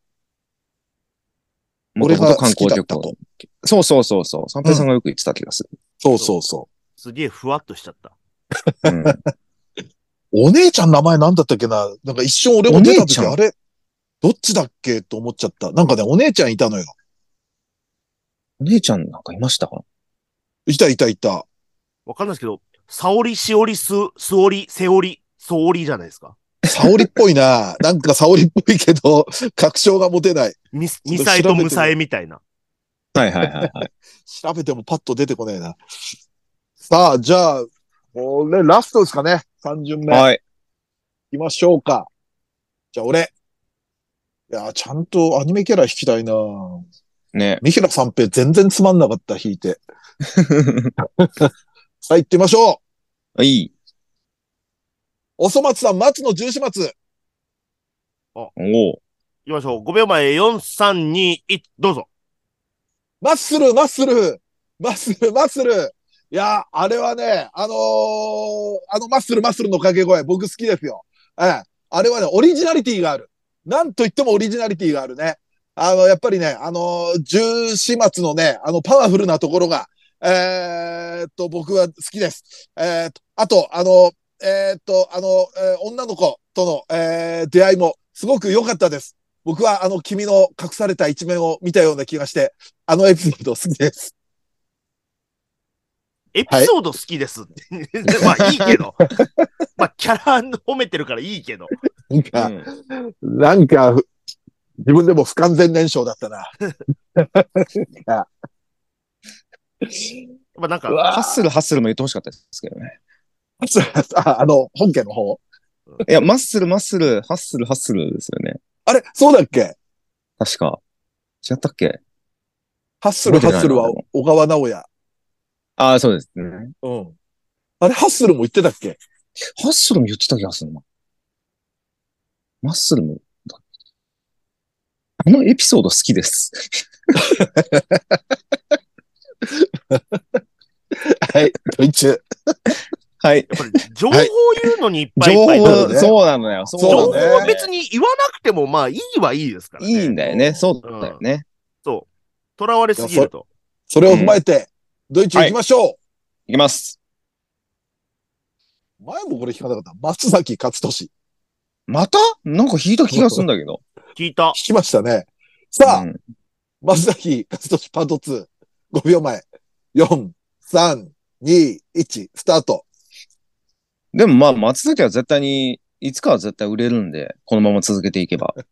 A: う。俺
B: 元々
A: が好きだったと。
B: そうそうそうそう。三平さんがよく言ってた気がする。
A: そうそうそ
C: すげえふわっとしちゃった。
B: うん、
A: う。お姉ちゃん名前なんだったっけななんか一瞬俺も出た時、
B: お姉ちゃん
A: あれどっちだっけと思っちゃった。なんかね、お姉ちゃんいたのよ。
B: お姉ちゃんなんかいましたか
A: いたいたいた。
C: わかんないですけど、沙織、しおり、す、すおり、せおり、そおりじゃないですか。
A: 沙織っぽい な。なんか沙織っぽいけど、確証が持てない。
C: み、みさえとむさえみたいな。
B: はいはいはいはい。
A: 調べてもパッと出てこないな。さあ、じゃあ、これラストですかね。3巡目。
B: はい。
A: いきましょうか。じゃあ、俺。いやー、ちゃんとアニメキャラ弾きたいな
B: ね。
A: 三平三平全然つまんなかった、弾い て。さあ、行ってみましょ
B: いい。
A: う。おそ松さん、松の十四松。
B: おう
C: いきましょう。5秒前、4、3、2、1、どうぞ。
A: マッスル、マッスル、マッスル、マッスル。いやー、あれはね、あのーあのマッスル、マッスルの掛け声、僕好きですよ。ええ。あれはね、オリジナリティがある。なんと言ってもオリジナリティがあるね。あの、やっぱりね、あのー、十四末のね、あの、パワフルなところが、えーっと、僕は好きです。えーっと、あと、あの、えーっと、あの、えー女の子との、えー出会いも、すごく良かったです。僕は、あの、君の隠された一面を見たような気がして、あのエピソード好きです。
C: エピソード好きですって。 まあいいけど。まあキャラ褒めてるからいいけど。
A: なん
B: う
A: か、
B: ん。
A: なんか、ふ自分でも不完全燃焼だったな。
C: まあなんか
A: う、わ
B: ハッスルハッスルも言ってほしかったですけどね。
A: ああの、本家の方。
B: いや、マッスルマッスル、ハッスルハッスルですよね。
A: あれ、そうだっけ
B: 確か。違ったっけ
A: ハッスル、ハッ
B: 覚えてないな
A: スルは
B: でも
A: 小川直也。
B: ああ、そうですね。
A: うん。あれ、ハッスルも言ってたっけ
B: ハッスルも言ってた気がするな。マッスルも。あのエピソード好きです。
A: はい、ドイツ。
B: はい。
C: やっぱり情報言うのにいっぱい
B: 情
C: いっぱいな
A: だ
C: の
B: 報、
A: ね
C: で、
B: そうなのよ。
A: 情
B: そう
A: 報
B: なの
C: 情
B: よ
C: 報は別に言わなくてもまあいいはいいですからね。
B: いいんだよね。そうだよね。
C: とらわれすぎると。
A: それを踏まえて、ドイツ行きましょう。
B: いきます。
A: 前もこれ聞かなかった。松崎勝利。聞
B: またなんか引いた気がするんだけど。
C: 聞いた。
A: きましたね。さあ、
B: うん
A: 松崎勝利パート2。5秒前。4、3、2、1、スタート。
B: でもまあ、松崎は絶対に、いつかは絶対売れるんで、このまま続けていけば、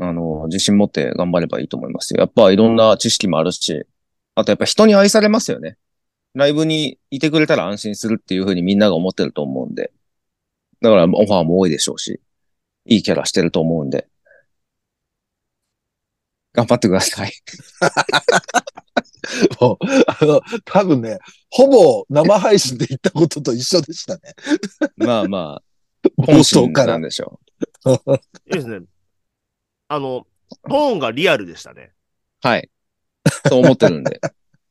B: あの、自信持って頑張ればいいと思いますよ。やっぱいろんな知識もあるし、あとやっぱ人に愛されますよね。ライブにいてくれたら安心するっていうふうにみんなが思ってると思うんで。だからオファーも多いでしょうし、いいキャラしてると思うんで。頑張ってくださ い。
A: もう、あの、多分ね、ほぼ生配信で言ったことと一緒で したね。
B: まあまあ、
A: 冒
B: 本心
A: 頭か
B: な
A: ら
B: ん。でしょ
C: いいですね。あの、トーンがリアルでしたね。
B: う。はい。そう思ってるん で。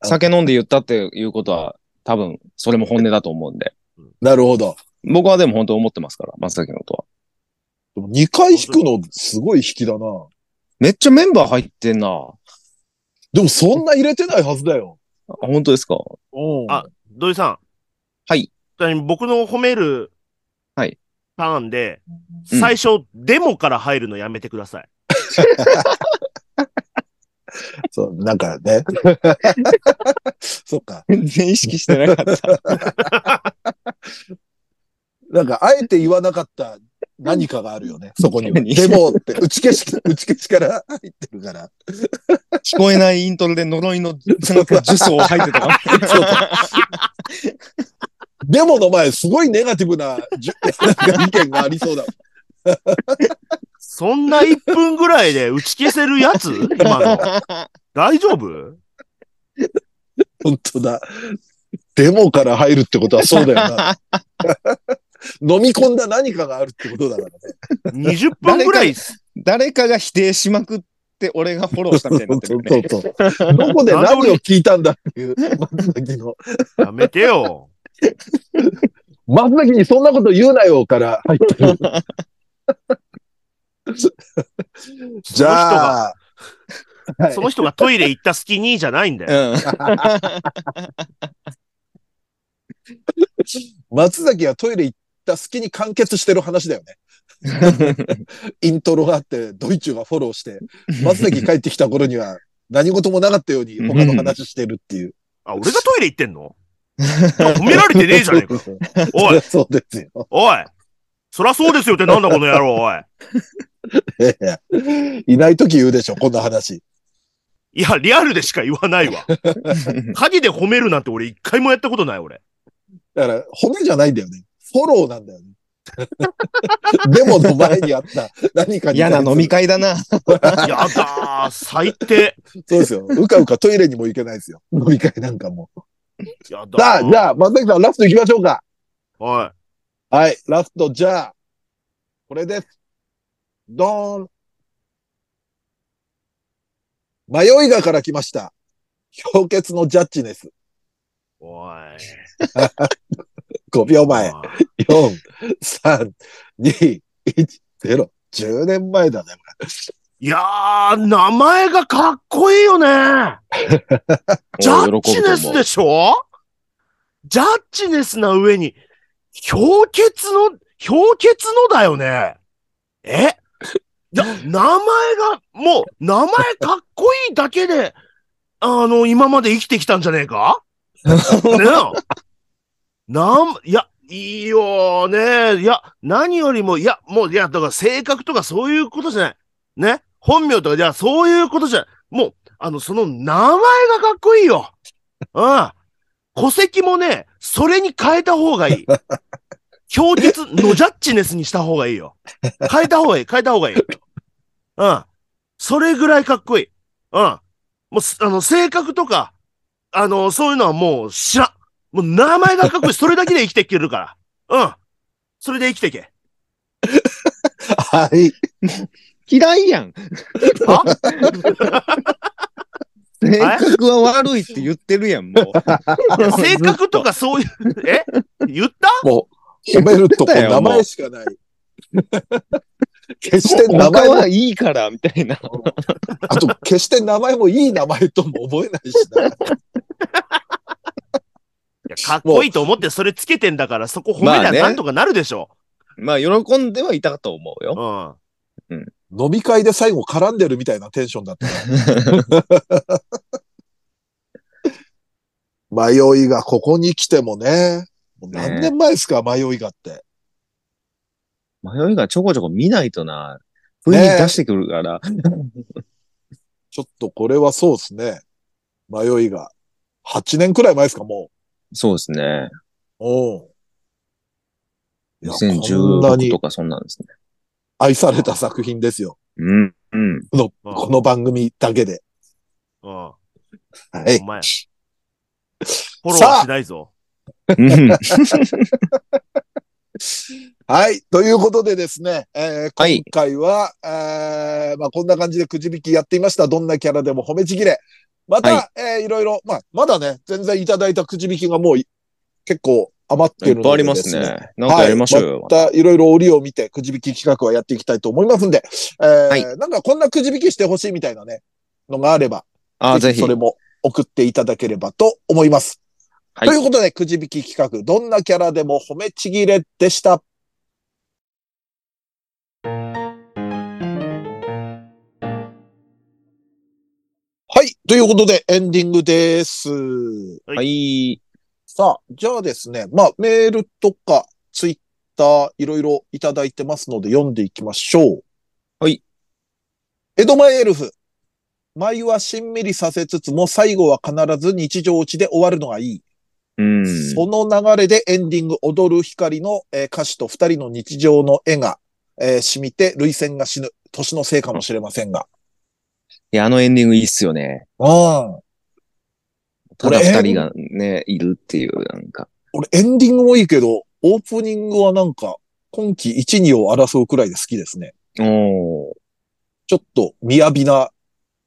B: 酒飲んで言ったっていうことは、多分、それも本音だと思うんで。
A: なるほど。
B: 僕はでも本当思ってますから、松崎のことは。
A: でも2回弾くのすごい弾きだな。
B: めっちゃメンバー入ってんな。あ
A: でもそんな入れてないはずだよ。
B: 本当ですか
A: うん。
C: あ土井さん。
B: はい。
C: 僕の褒める、
B: はい
C: ターンで、最初、デモから入るのやめてください。
A: そう、なんかね。 そっか。
B: 全然意識して なかった。
A: なんか、あえて言わなかった何かがあるよね、そこには。
B: 何
A: でもって、打ち消し、 打ち消しから入ってるから。
B: 聞こえないイントロで呪いのなんか呪詛を入ってた か
A: そう そうでもの前、すごいネガティブなじゅ なんか意見がありそうだ。
C: そんな1分ぐらいで打ち消せるやつ今の。
B: ら。
C: 大丈夫
A: 本当だ。デモから入るってことはそうだよな。 飲み込んだ何かがあるってことだからね。
C: ?20 分ぐらい、
B: 誰かが否定しまくって、俺がフォローしたみたいになってるよね。
A: そうそうそうどこで何を聞いたんだっていう、松崎の。
C: やめてよ。
A: 松崎にそんなこと言うなよから入ってる。じゃあ、はい
C: その人がトイレ行った隙にじゃないんだよ。
A: 松崎はトイレ行った隙に完結してる話だよね。イントロがあって、ドイツがフォローして、松崎帰ってきた頃には何事もなかったように他の話してるっていう。
C: あ、俺がトイレ行ってんのなんか褒められてねえじゃねえか。お い、
A: そうですよ。
C: おい。そらそうですよってなんだこの野郎、おい。
A: いやいやいない時言うでしょ、こんな話。
C: いや、リアルでしか言わないわ。影で褒めるなんて俺一回もやったことない、俺。
A: だから、褒めじゃないんだよね。フォローなんだよね。 デモの前にあった何かに対する
B: 嫌な飲み会だな。
C: やだー、最低。
A: そうですよ。うかうかトイレにも行けないですよ。飲み会なんかも。
C: やだー。
A: さあ、じゃあ、松崎さん、ラスト行きましょうか。
C: はい。
A: はい、ラスト、じゃあ、これです。ドーン。迷いがから来ました。氷結のジャッジです。
C: おい。
A: 5秒前。
C: あ
A: 4、3、2、1、0。10年前だね、
C: いやー、名前がかっこいいよね。ジャッジネスでしょジャッジネスな上に、氷結の、氷結のだよね。えな名前が、もう、名前かっこいいだけで、あの、今まで生きてきたんじゃねえかねえ。なん、いや、いいよね。いや、何よりも、いや、もう、いや、だから性格とかそういうことじゃない。ね。本名とか、いや、そういうことじゃない。もう、あの、その名前がかっこいいよ。うん。戸籍もね、それに変えた方がいい。氷結のジャッジネスにした方がいいよ。変えた方がいい、変えた方がいい。うん。それぐらいかっこいい。うん。もうす、あの、性格とか、あの、そういうのはもう知らん。もう名前がかっこいい。それだけで生きていけるから。うん。それで生きていけ。
A: はい。
B: 嫌いやん。
C: あ
B: 性格は悪いって言ってるや ん、もう。
C: 性格とかそういう、え言った
A: もう、褒めるとこ名前しかない。決して名前
B: 他
A: も、
B: はいいから、みたいな。
A: あと、決して名前もいい名前とも覚えないしな。
C: いやかっこいいと思ってそれつけてんだから、そこ褒め
B: ま
C: り
B: あ
C: ゃ
B: ね
C: なんとかなるでしょ。
B: まあ、喜んではいたと思うよ。
C: うん。
A: 飲み会で最後絡んでるみたいなテンションだった。迷いがここに来てもね。もう何年前ですか、迷いがって。
B: 迷いがちょこちょこ見ないとな、不意に出してくるから。
A: ちょっとこれはそうですね。迷いが。8年くらい前ですか、も
B: そうですね。
A: う。おういやこんな
B: 2016
A: に
B: とかそんなんですね。
A: 愛された作品ですよ。
B: うん。うん。
A: この、
C: うん
A: この番組だけで。
C: うん。お
A: はい。
C: 前。フォローはしないぞ。
B: うん
A: はい。ということでですね、えー
B: はい
A: 今回は、えーまあ、こんな感じでくじ引きやっていました。どんなキャラでも褒めちぎれ。また、、
B: はい
A: えーいろいろ、まあ、まだね、全然いただいたくじ引きがもうい結構余って
B: い
A: るので
B: っぱいあります
A: です
B: ね。なんかやりましょうよ。
A: はい、またいろいろ折を見てくじ引き企画はやっていきたいと思いますんで、えー
B: はい
A: なんかこんなくじ引きしてほしいみたいなね、のがあれば、
B: あ、ぜひ。
A: それも送っていただければと思います。
B: はい
A: ということで、くじ引き企画、どんなキャラでも褒めちぎれでした。はい。ということで、エンディングです。
B: はい。
A: さあ、じゃあですね、まあ、メールとか、ツイッターいろいろいただいてますので読んでいきましょう。
B: はい。
A: 江戸前エルフ。舞はしんみりさせつつも最後は必ず日常落ちで終わるのがいい。
B: うん。
A: その流れでエンディング踊る光の、えー歌詞と二人の日常の絵が、えー染みて涙腺が死ぬ。年のせいかもしれませんが。
B: いや、あのエンディングいいっすよね。
A: うん。
B: ただ
A: 俺
B: 二人がね、いるっていう、なんか。
A: 俺エンディングもいいけど、オープニングはなんか、今季1、2を争うくらいで好きですね。
B: おー
A: ちょっと、雅な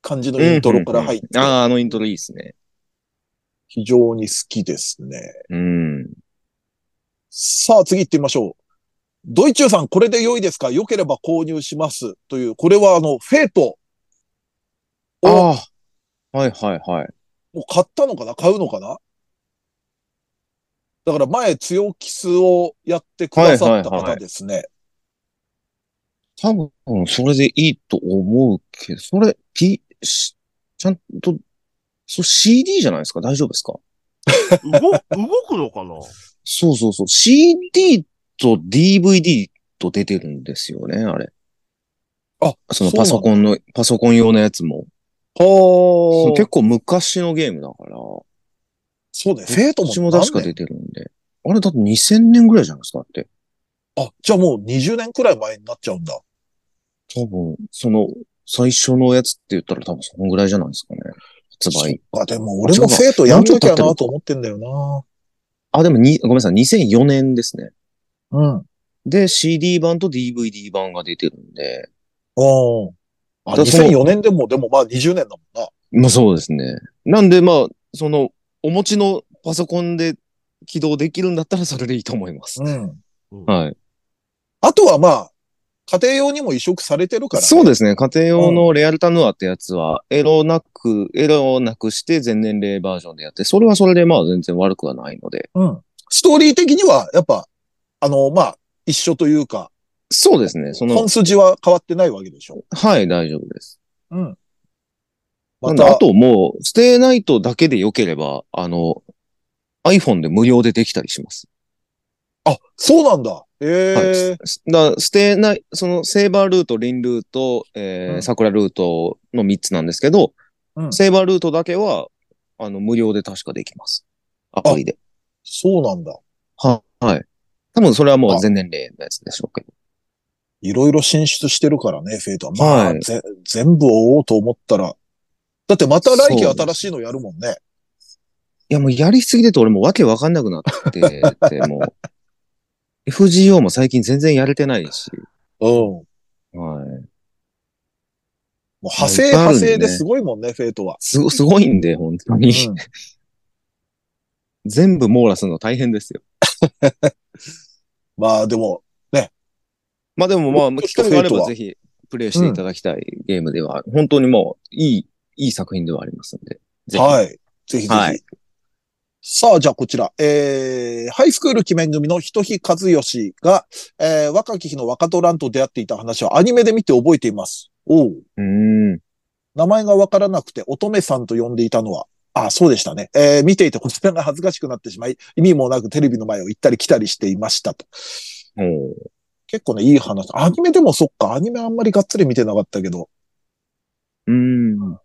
A: 感じのイントロから入って、
B: うんうんうんああ、あのイントロいいっすね。
A: 非常に好きですね。
B: うん。
A: さあ、次行ってみましょう。ドイチューさん、これで良いですか良ければ購入します。という、これはあの、フェイト。
B: ああ。はいはいはい。
A: もう買ったのかな買うのかなだから前、強キスをやってくださった
B: はいはいは
A: 方
B: い
A: ですね。
B: 多分、それでいいと思うけど、それ、P、しちゃんと、そう CD じゃないですか大丈夫ですか
C: 動、動くのかな
B: そうそうそう。CD と DVD と出てるんですよね、あれ。
A: あ、
B: そのパソ
A: ン。
B: コンの、パソコン用のやつも。そ
A: ほ
B: の
A: ー
B: 結構昔のゲームだから。こ
A: そうね。生徒
B: っ
A: も
B: ちも確か
A: 何年
B: 出てるんで。あれだって2000年ぐらいじゃないですかだって。
A: あ、じゃあもう20年くらい前になっちゃうんだ。
B: 多分、その、最初のやつって言ったら多分そのぐらいじゃないですかね。発売。
A: あ、でも俺も生徒やんなきゃなと思ってんだよ
B: あ、でもに、ごめんなさい、2004年ですね。
A: な。うん。
B: で、CD 版と DVD 版が出てるんで。
A: おあ、
B: だからその
A: 2004年でも、でもまあ20年だもんな。
B: まあそうですね。なんでまあ、その、お持ちのパソコンで起動できるんだったらそれでいいと思います。
A: うん。
B: はい。
A: あとはまあ、家庭用にも移植されてるから、
B: そう
A: す。
B: ですね。家庭用のレアルタヌアってやつは、エロなく、エロなくして全年齢バージョンでやって、それはそれでまあ全然悪くはないので。
A: うん。ストーリー的には、やっぱ、あの、まあ、一緒というか、
B: そうですね。その
A: 本、筋は変わってないわけでしょ。
B: はい、大丈夫です。
A: うん。
B: な
A: ま
B: んで
A: た、
B: あともう、ステイナイトだけで良ければ、あの、iPhone で無料でできたりします。
A: あ、そうなんだ。え
B: はい
A: え
B: すだステイナイその、セーバールート、リンルート、えー
A: うん
B: 桜ルートの3つなんですけど、
A: うん
B: セーバールートだけは、あの、無料で確かできます。アプリで。
A: そうなんだ。
B: は、はい。多分それはも
A: あ
B: う全年齢のやつでしょうけど。
A: いろいろ進出してるからね、フェイトは。まあ、
B: はい
A: ぜ全部追おうと思ったら。だってまた来期
B: そう
A: 新しいのやるもんね。
B: いや、もうやりすぎてて俺もうわけわかんなくなってて、もう、FGO も最近全然やれてないし、
A: うん。
B: はい。
A: もう派生
B: いっぱいある
A: 派
B: んでね
A: 生ですごいもんね、フェイト は。
B: すご、すごいんで、本当に。
A: うん
B: 全部網羅するの大変ですよ。
A: まあでも、
B: まあでもま
A: ちょ
B: あ、
A: っと
B: 機会があ
A: フェイ
B: れ
A: ト
B: ば
A: は
B: ぜひ、プレイしていただきたいゲームでは、本当にもう、いい、いい作品ではありますんで。ぜひ
A: はい。ぜひぜひ。
B: はい
A: さあ、じゃあこちら。えー、ハイスクール記念組のひとひかずよしが、えー、若き日の若トランと出会っていた話はアニメで見て覚えています。おう。
B: うーん。
A: 名前がわからなくて乙女さんと呼んでいたのは、あ、そうでしたね。えー見ていてこちらが恥ずかしくなってしまい、意味もなくテレビの前を行ったり来たりしていましたと。
B: おー
A: 結構ね、いい話。アニメでもそっか、アニメあんまりがっつり見てなかったけど、
B: うーん。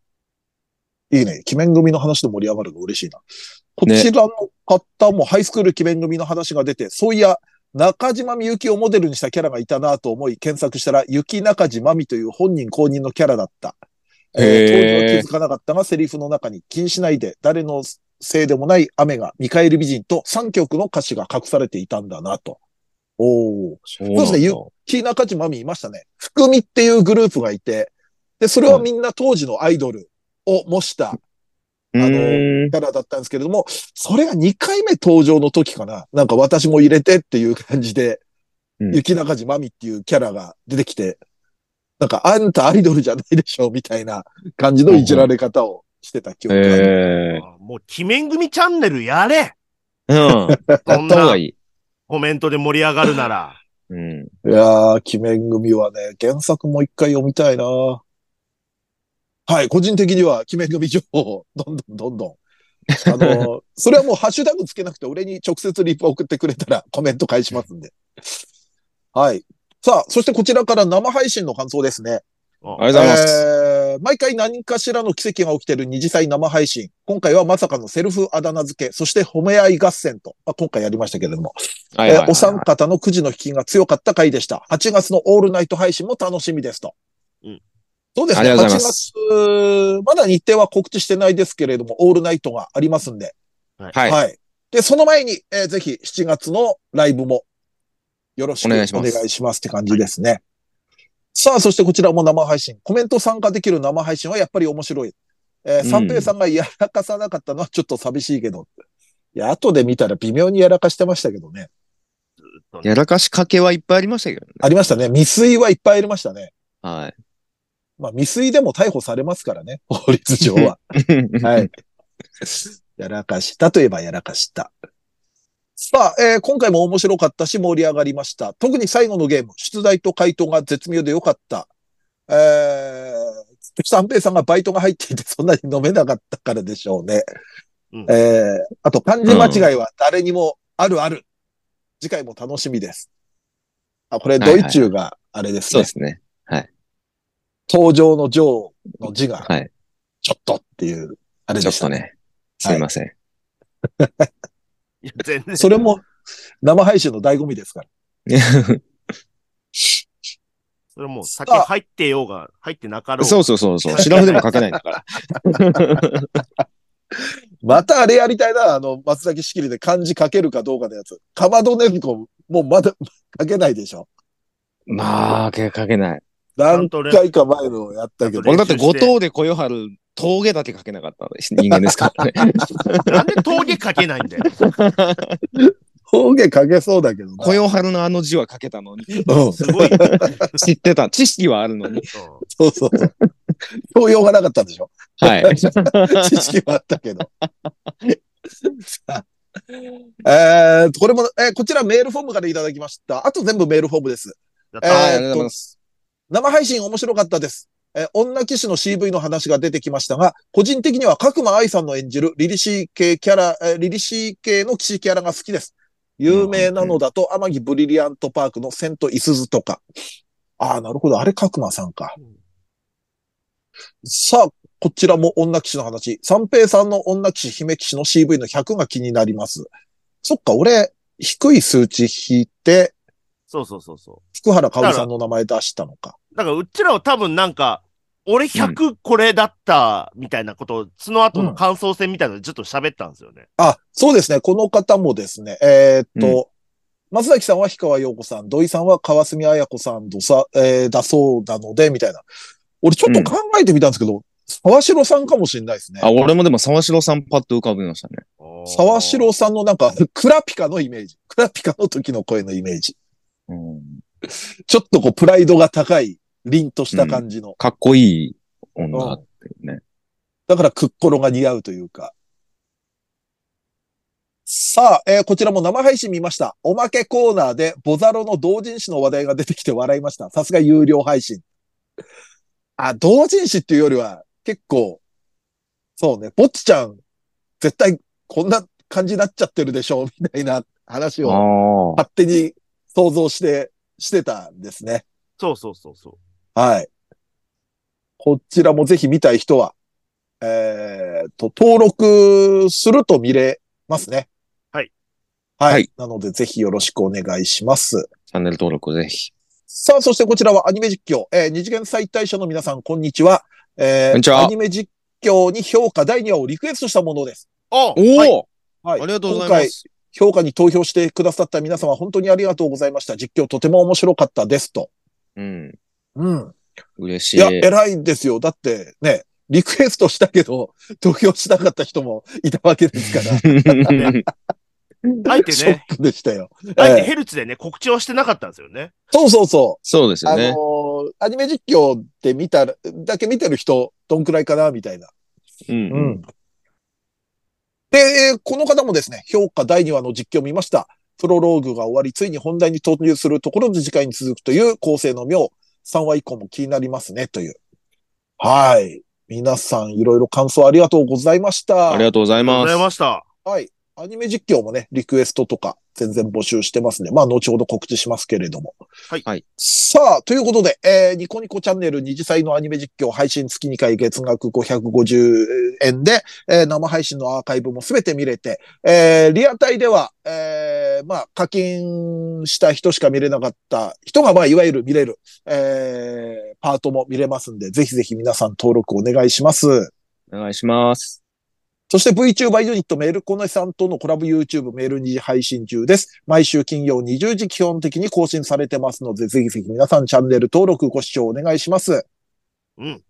A: いいね。鬼面組の話と盛り上がるの嬉しいな。こちらの方もハイスクール鬼面組の話が出て、そういや、中島みゆきをモデルにしたキャラがいたなと思い検索したら、雪中島みという本人公認のキャラだった。えー
B: へー
A: 当時は気づかなかったが、セリフの中に気にしないで、誰のせいでもない雨が見返り美人と3曲の歌詞が隠されていたんだなと。おー。
B: そ
A: そ
B: う
A: うですねゆ木中島美いましたね。福見っていうグループがいて、で、それはみんな当時のアイドルを模したあの
B: の、
A: キャラだったんですけれども、それが2回目登場の時かな。なんか私も入れてっていう感じで、
B: うん
A: 雪中島美っていうキャラが出てきて、なんかあんたアイドルじゃないでしょみたいな感じのいじられ方をしてた記憶がある
B: え
C: あもう、鬼面組チャンネルやれ
B: えうん。やった
C: こ
B: 方
C: ん
B: が
C: ない
B: い。
C: コメントで盛り上がるなら。
B: うん。
A: いやー、鬼面組はね、原作も一回読みたいなはい、個人的には鬼面組情報 をどんどんどんどん。あ のー、それはもうハッシュタグつけなくて、俺に直接リプ送ってくれたらコメント返しますんで。はい。さあ、そしてこちらから生配信の感想ですね。
B: ありがとうございます。
A: えー毎回何かしらの奇跡が起きてる二次祭生配信。今回はまさかのセルフあだ名付け、そして褒め合い合戦と、まあ、今回やりましたけれども、
B: は
A: え
B: いはい
A: ーお三方のくじの引きが強かった回でした。8月のオールナイト配信も楽しみですと。
C: うん
A: そうです
B: あり
A: ね。
B: がとうござ
A: 8
B: いま
A: 月、まだ日程は告知してないですけれども、オールナイトがありますんで。
B: はい。
A: で、その前に、えーぜひ7月のライブもよろしくお
B: お
A: 願
B: 願
A: い
B: い
A: し
B: し
A: ま
B: ますす
A: って感じですね。さあ、そしてこちらも生配信。コメント参加できる生配信はやっぱり面白い。えー
B: うん
A: 三平さんがやらかさなかったのはちょっと寂しいけど。いや、後で見たら微妙にやらかしてましたけどね。
B: やらかしかけはいっぱいありましたけどね。
A: ありましたね。未遂はいっぱいありましたね。
B: は
A: まあ、未遂でも逮捕されますからね。 法律上 は。
B: い。
A: はい。やらかしたといえばやらかした。さあ、えー今回も面白かったし盛り上がりました。特に最後のゲーム、出題と回答が絶妙で良かった。えー、三平さんがバイトが入っていてそんなに飲めなかったからでしょうね。
C: うん
A: えー、あと漢字間違いは誰にもあるある。次回も楽しみです。あ、これドイチューがあれです
B: そう
A: ね。
B: ですね。
A: 登場の上の字が
B: はい。
A: ちょっとっていう、あれ
B: ち
A: で
B: ょっ
A: した
B: と
A: ね。
B: ね。すいません。
C: いや全然。
A: それも生配信の醍醐味ですから。
C: それもう酒入ってようが、入ってなかろう が。
B: そうそうそうそう。シラフでも書けないんだから。
A: またあれやりたいな、あの、松崎しきりで漢字書けるかどうかのやつ。かまどねずこ、もうまだ 書けないでしょ。
B: まあ、書けない。
A: 何回か前のやったけど。
B: 俺だって五島で小夜春、峠だけ書けなかった人間ですからね。
C: なんで峠かけないんだよ。
A: 方言書けそうだけどな。
B: 小夜春のあの字は書けたのに。
A: うん、
C: すごい。うん
B: 知ってた。知識はあるのに。
A: そうそうそ う。教養がなかったんでしょ。
B: はい。
A: 知識はあったけど。さあえー、これも、えーこちらメールフォームからいただきました。あと全部メールフォームです。
C: やっ
A: えー
C: た
B: はい、ありがとうございます。
A: 生配信面白かったです。えー女騎士の CV の話が出てきましたが、個人的には角間愛さんの演じるリリシー系キャラ、えーリリシー系の騎士キャラが好きです。有名なのだと、天城ブリリアントパークのセントイスズとか。ああ、なるほど。あれ角間さんか。さあ、こちらも女騎士の話。三平さんの女騎士、姫騎士の CV の100が気になります。そっか、俺、低い数値引いて、
C: そうそうそうそ
A: 福原香織さんの名前出したのか。
C: う。だからうちらは多分なんか、俺100これだったみたいなことを、その後の感想戦みたいなのでちょっと喋ったんですよね。
A: あ、そうですね。この方もですね、えーっと、松崎さんは氷川陽子さん、土井さんは川澄彩子さんとさ、えーだそうなので、みたいな。俺ちょっと考えてみたんですけど、沢城さんかもしれないですね
B: あ、。俺もでも沢城さんパッと浮かびましたね。
A: 沢城さんのなんか、 クラピカのイメージ。クラピカの時の声のイメージ。
B: うん
A: ちょっとこう、プライドが高い、凛とした感じの。
B: かっこいい女っていうね。
A: だからクッコロが似合うというか。さあ、えーこちらも生配信見ました。おまけコーナーでボザロの同人誌の話題が出てきて笑いました。さすが有料配信。あ、同人誌っていうよりは結構、そうね、ぼっちちゃん、絶対こんな感じになっちゃってるでしょう、みたいな話
B: あ
A: を
B: あ。
A: 勝手に想像して、してたんですね。
C: そうそうそうそう。
A: はい。こちらもぜひ見たい人は、えー、と、登録すると見れますね。
C: はい。
A: はい。
B: はい
A: なので、ぜひよろしくお願いします。
B: チャンネル登録ぜひ。
A: さあ、そしてこちらはアニメ実況。えー二次元再退社の皆さん、こんにちは。えー
B: こんにちは
A: アニメ実況に評価第2話をリクエストしたものです。
C: お
B: お
C: はい
B: お
A: は
B: あ
A: い。
B: りがとうございます。
A: 評価に投票してくださった皆様、本当にありがとうございました。実況とても面白かったですと。
B: うん。
A: うん。
B: 嬉しい。
A: いや、偉いんですよ。だってね、リクエストしたけど、投票しなかった人もいたわけですから、
C: あえて
A: ショ
C: ね、
A: ックでしたよ。
C: あえて
A: ええ
C: ヘルツでね、告知をしてなかったんですよね。
A: そうそうそ
B: そうです
A: う。あ
B: よ
A: の
B: ね。
A: ーアニメ実況で見たら、だけ見てる人、どんくらいかな、みたいな。
B: うん
A: う。ん。で、えーこの方もですね、評価第2話の実況を見ました。プロローグが終わり、ついに本題に投入するところで次回に続くという構成の妙。3話以降も気になりますね、という。はい。皆さん、いろいろ感想ありがとうございました。
B: ありがとうござい
C: ありがとう
B: ま
C: ござい
B: す。
C: ました。
A: はい。アニメ実況もね、リクエストとか、全然募集してますね。まあ、後ほど告知しますけれども。
C: はい
B: はい
A: さあ、ということで、えーニコニコチャンネル二次祭のアニメ実況配信月2回月額550円で、えー生配信のアーカイブもすべて見れて、えーリアタイでは、えーまあ、課金した人しか見れなかった人が、まあ、いわゆる見れる、えーパートも見れますんで、ぜひぜひ皆さん登録お願いします。
B: お願いします。
A: そして VTuber ユニットメールコネさんとのコラボ YouTube メール二次配信中です。毎週金曜20時基本的に更新されてますので、ぜひぜひ皆さんチャンネル登録ご視聴お願いします。
C: うん。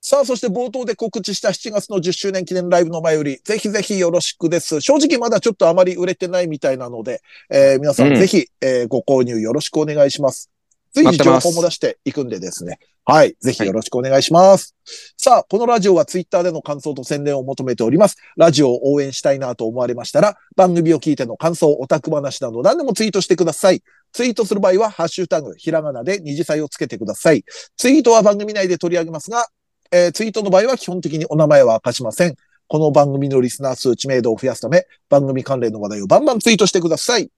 A: さあ、そして冒頭で告知した7月の10周年記念ライブの前より、ぜひぜひよろしくです。正直まだちょっとあまり売れてないみたいなので、えー皆さ
B: うんん
A: ぜひ、えーご購入よろしくお願いします。随時
B: 待って
A: 情
B: ます
A: 報も出していくんでですね。はい。ぜひよろしくお願いします。さあ、このラジオはツイッターでの感想と宣伝を求めております。ラジオを応援したいなと思われましたら、番組を聞いての感想、オタク話など何でもツイートしてください。ツイートする場合は、ハッシュタグ、ひらがなで二次祭をつけてください。ツイートは番組内で取り上げますが、えーツイートの場合は基本的にお名前は明かしません。この番組のリスナー数知名度を増やすため、番組関連の話題をバンバンツイートしてください。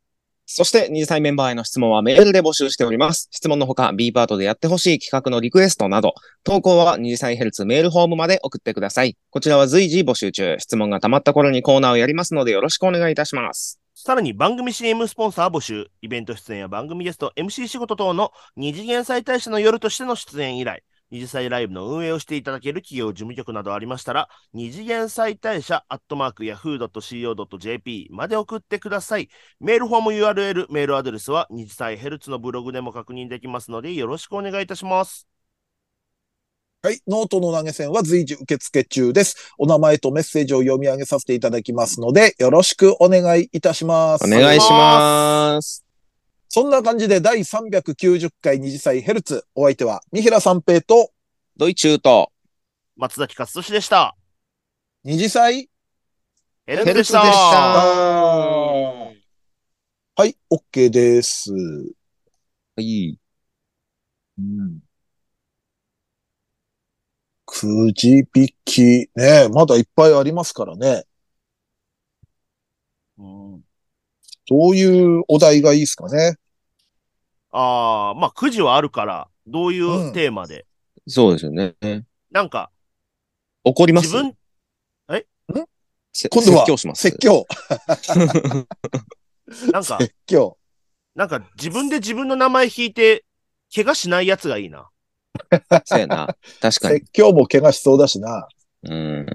B: そして、二次祭メンバーへの質問はメールで募集しております。質問のほか、B パートでやってほしい企画のリクエストなど、投稿は二次祭ヘルツメールフォームまで送ってください。こちらは随時募集中。質問が溜まった頃にコーナーをやりますので、よろしくお願いいたします。
C: さらに番組 CM スポンサー募集、イベント出演や番組ゲスト、MC 仕事等の二次元祭大社の夜としての出演以来、二次祭ライブの運営をしていただける企業事務局などありましたら、二次元祭大社アットマーク yahoo.co.jp まで送ってください。メールフォーム URL、メールアドレスは二次祭ヘルツのブログでも確認できますので、よろしくお願いいたします。
A: はい。ノートの投げ銭は随時受付中です。お名前とメッセージを読み上げさせていただきますので、よろしくお願いいたします。
B: お願いします。
A: そんな感じで第390回二次祭ヘルツ。お相手は、三平三平と
B: ドイチューと
C: 松崎勝利でした。
A: 二次祭
B: ヘ
C: ヘルツでした。
B: ルツ
A: は、
B: はい
A: OK です。う
B: い。
A: ん。くじ引き。ねまだいっぱいありますからね。
C: うん
A: どういうお題がいいですかね。
C: ああ、まあ、くじはあるから、どういうんうテーマで、
B: そうですよね。
C: なんか、
B: 怒ります
C: 自分、
B: せ
A: 今度は
B: 説教します。
A: 説教。
C: なんか、
A: 説教。
C: なんか自分で自分の名前引いて、怪我しないやつがいいな。
B: そうやな。確かに。
A: 説教も怪我しそうだしな。
B: うん。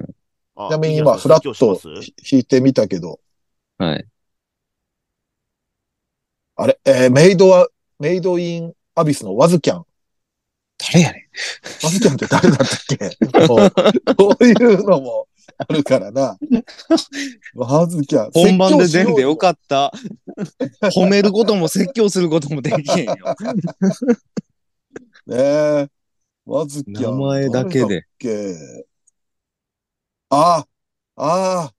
C: あ
A: ちなみに今、フラッと引いてみたけど、
B: はい。
A: あれ、えーメイドは、メイドインアビスのワズキャン。
B: 誰やね
A: ワズキャンって誰だったっ けもうこういうのもあるからな。ワズキャン。
B: ん。本番で出んでよか
A: っ
B: った。 褒めることも説教することもできへんよ。
A: た。ねえ。ワズキャ
B: 名
A: ン。
B: 前だけで。
A: 誰だっけ。ああ、ああ、あ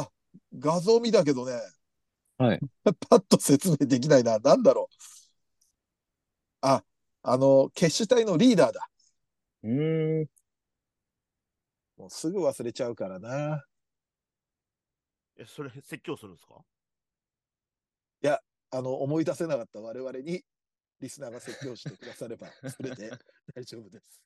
A: あ、画像見たけどね。
B: はい。
A: パッと説明できないな。なんだろう。あ、あの、決死隊のリーダーだ。
B: うーん。
A: もうすぐ忘れちゃうからな。
C: え、それ、説教するんですか
A: あの、思い出せなかった我々に、リスナーが説教してくだされば、それで大丈夫です。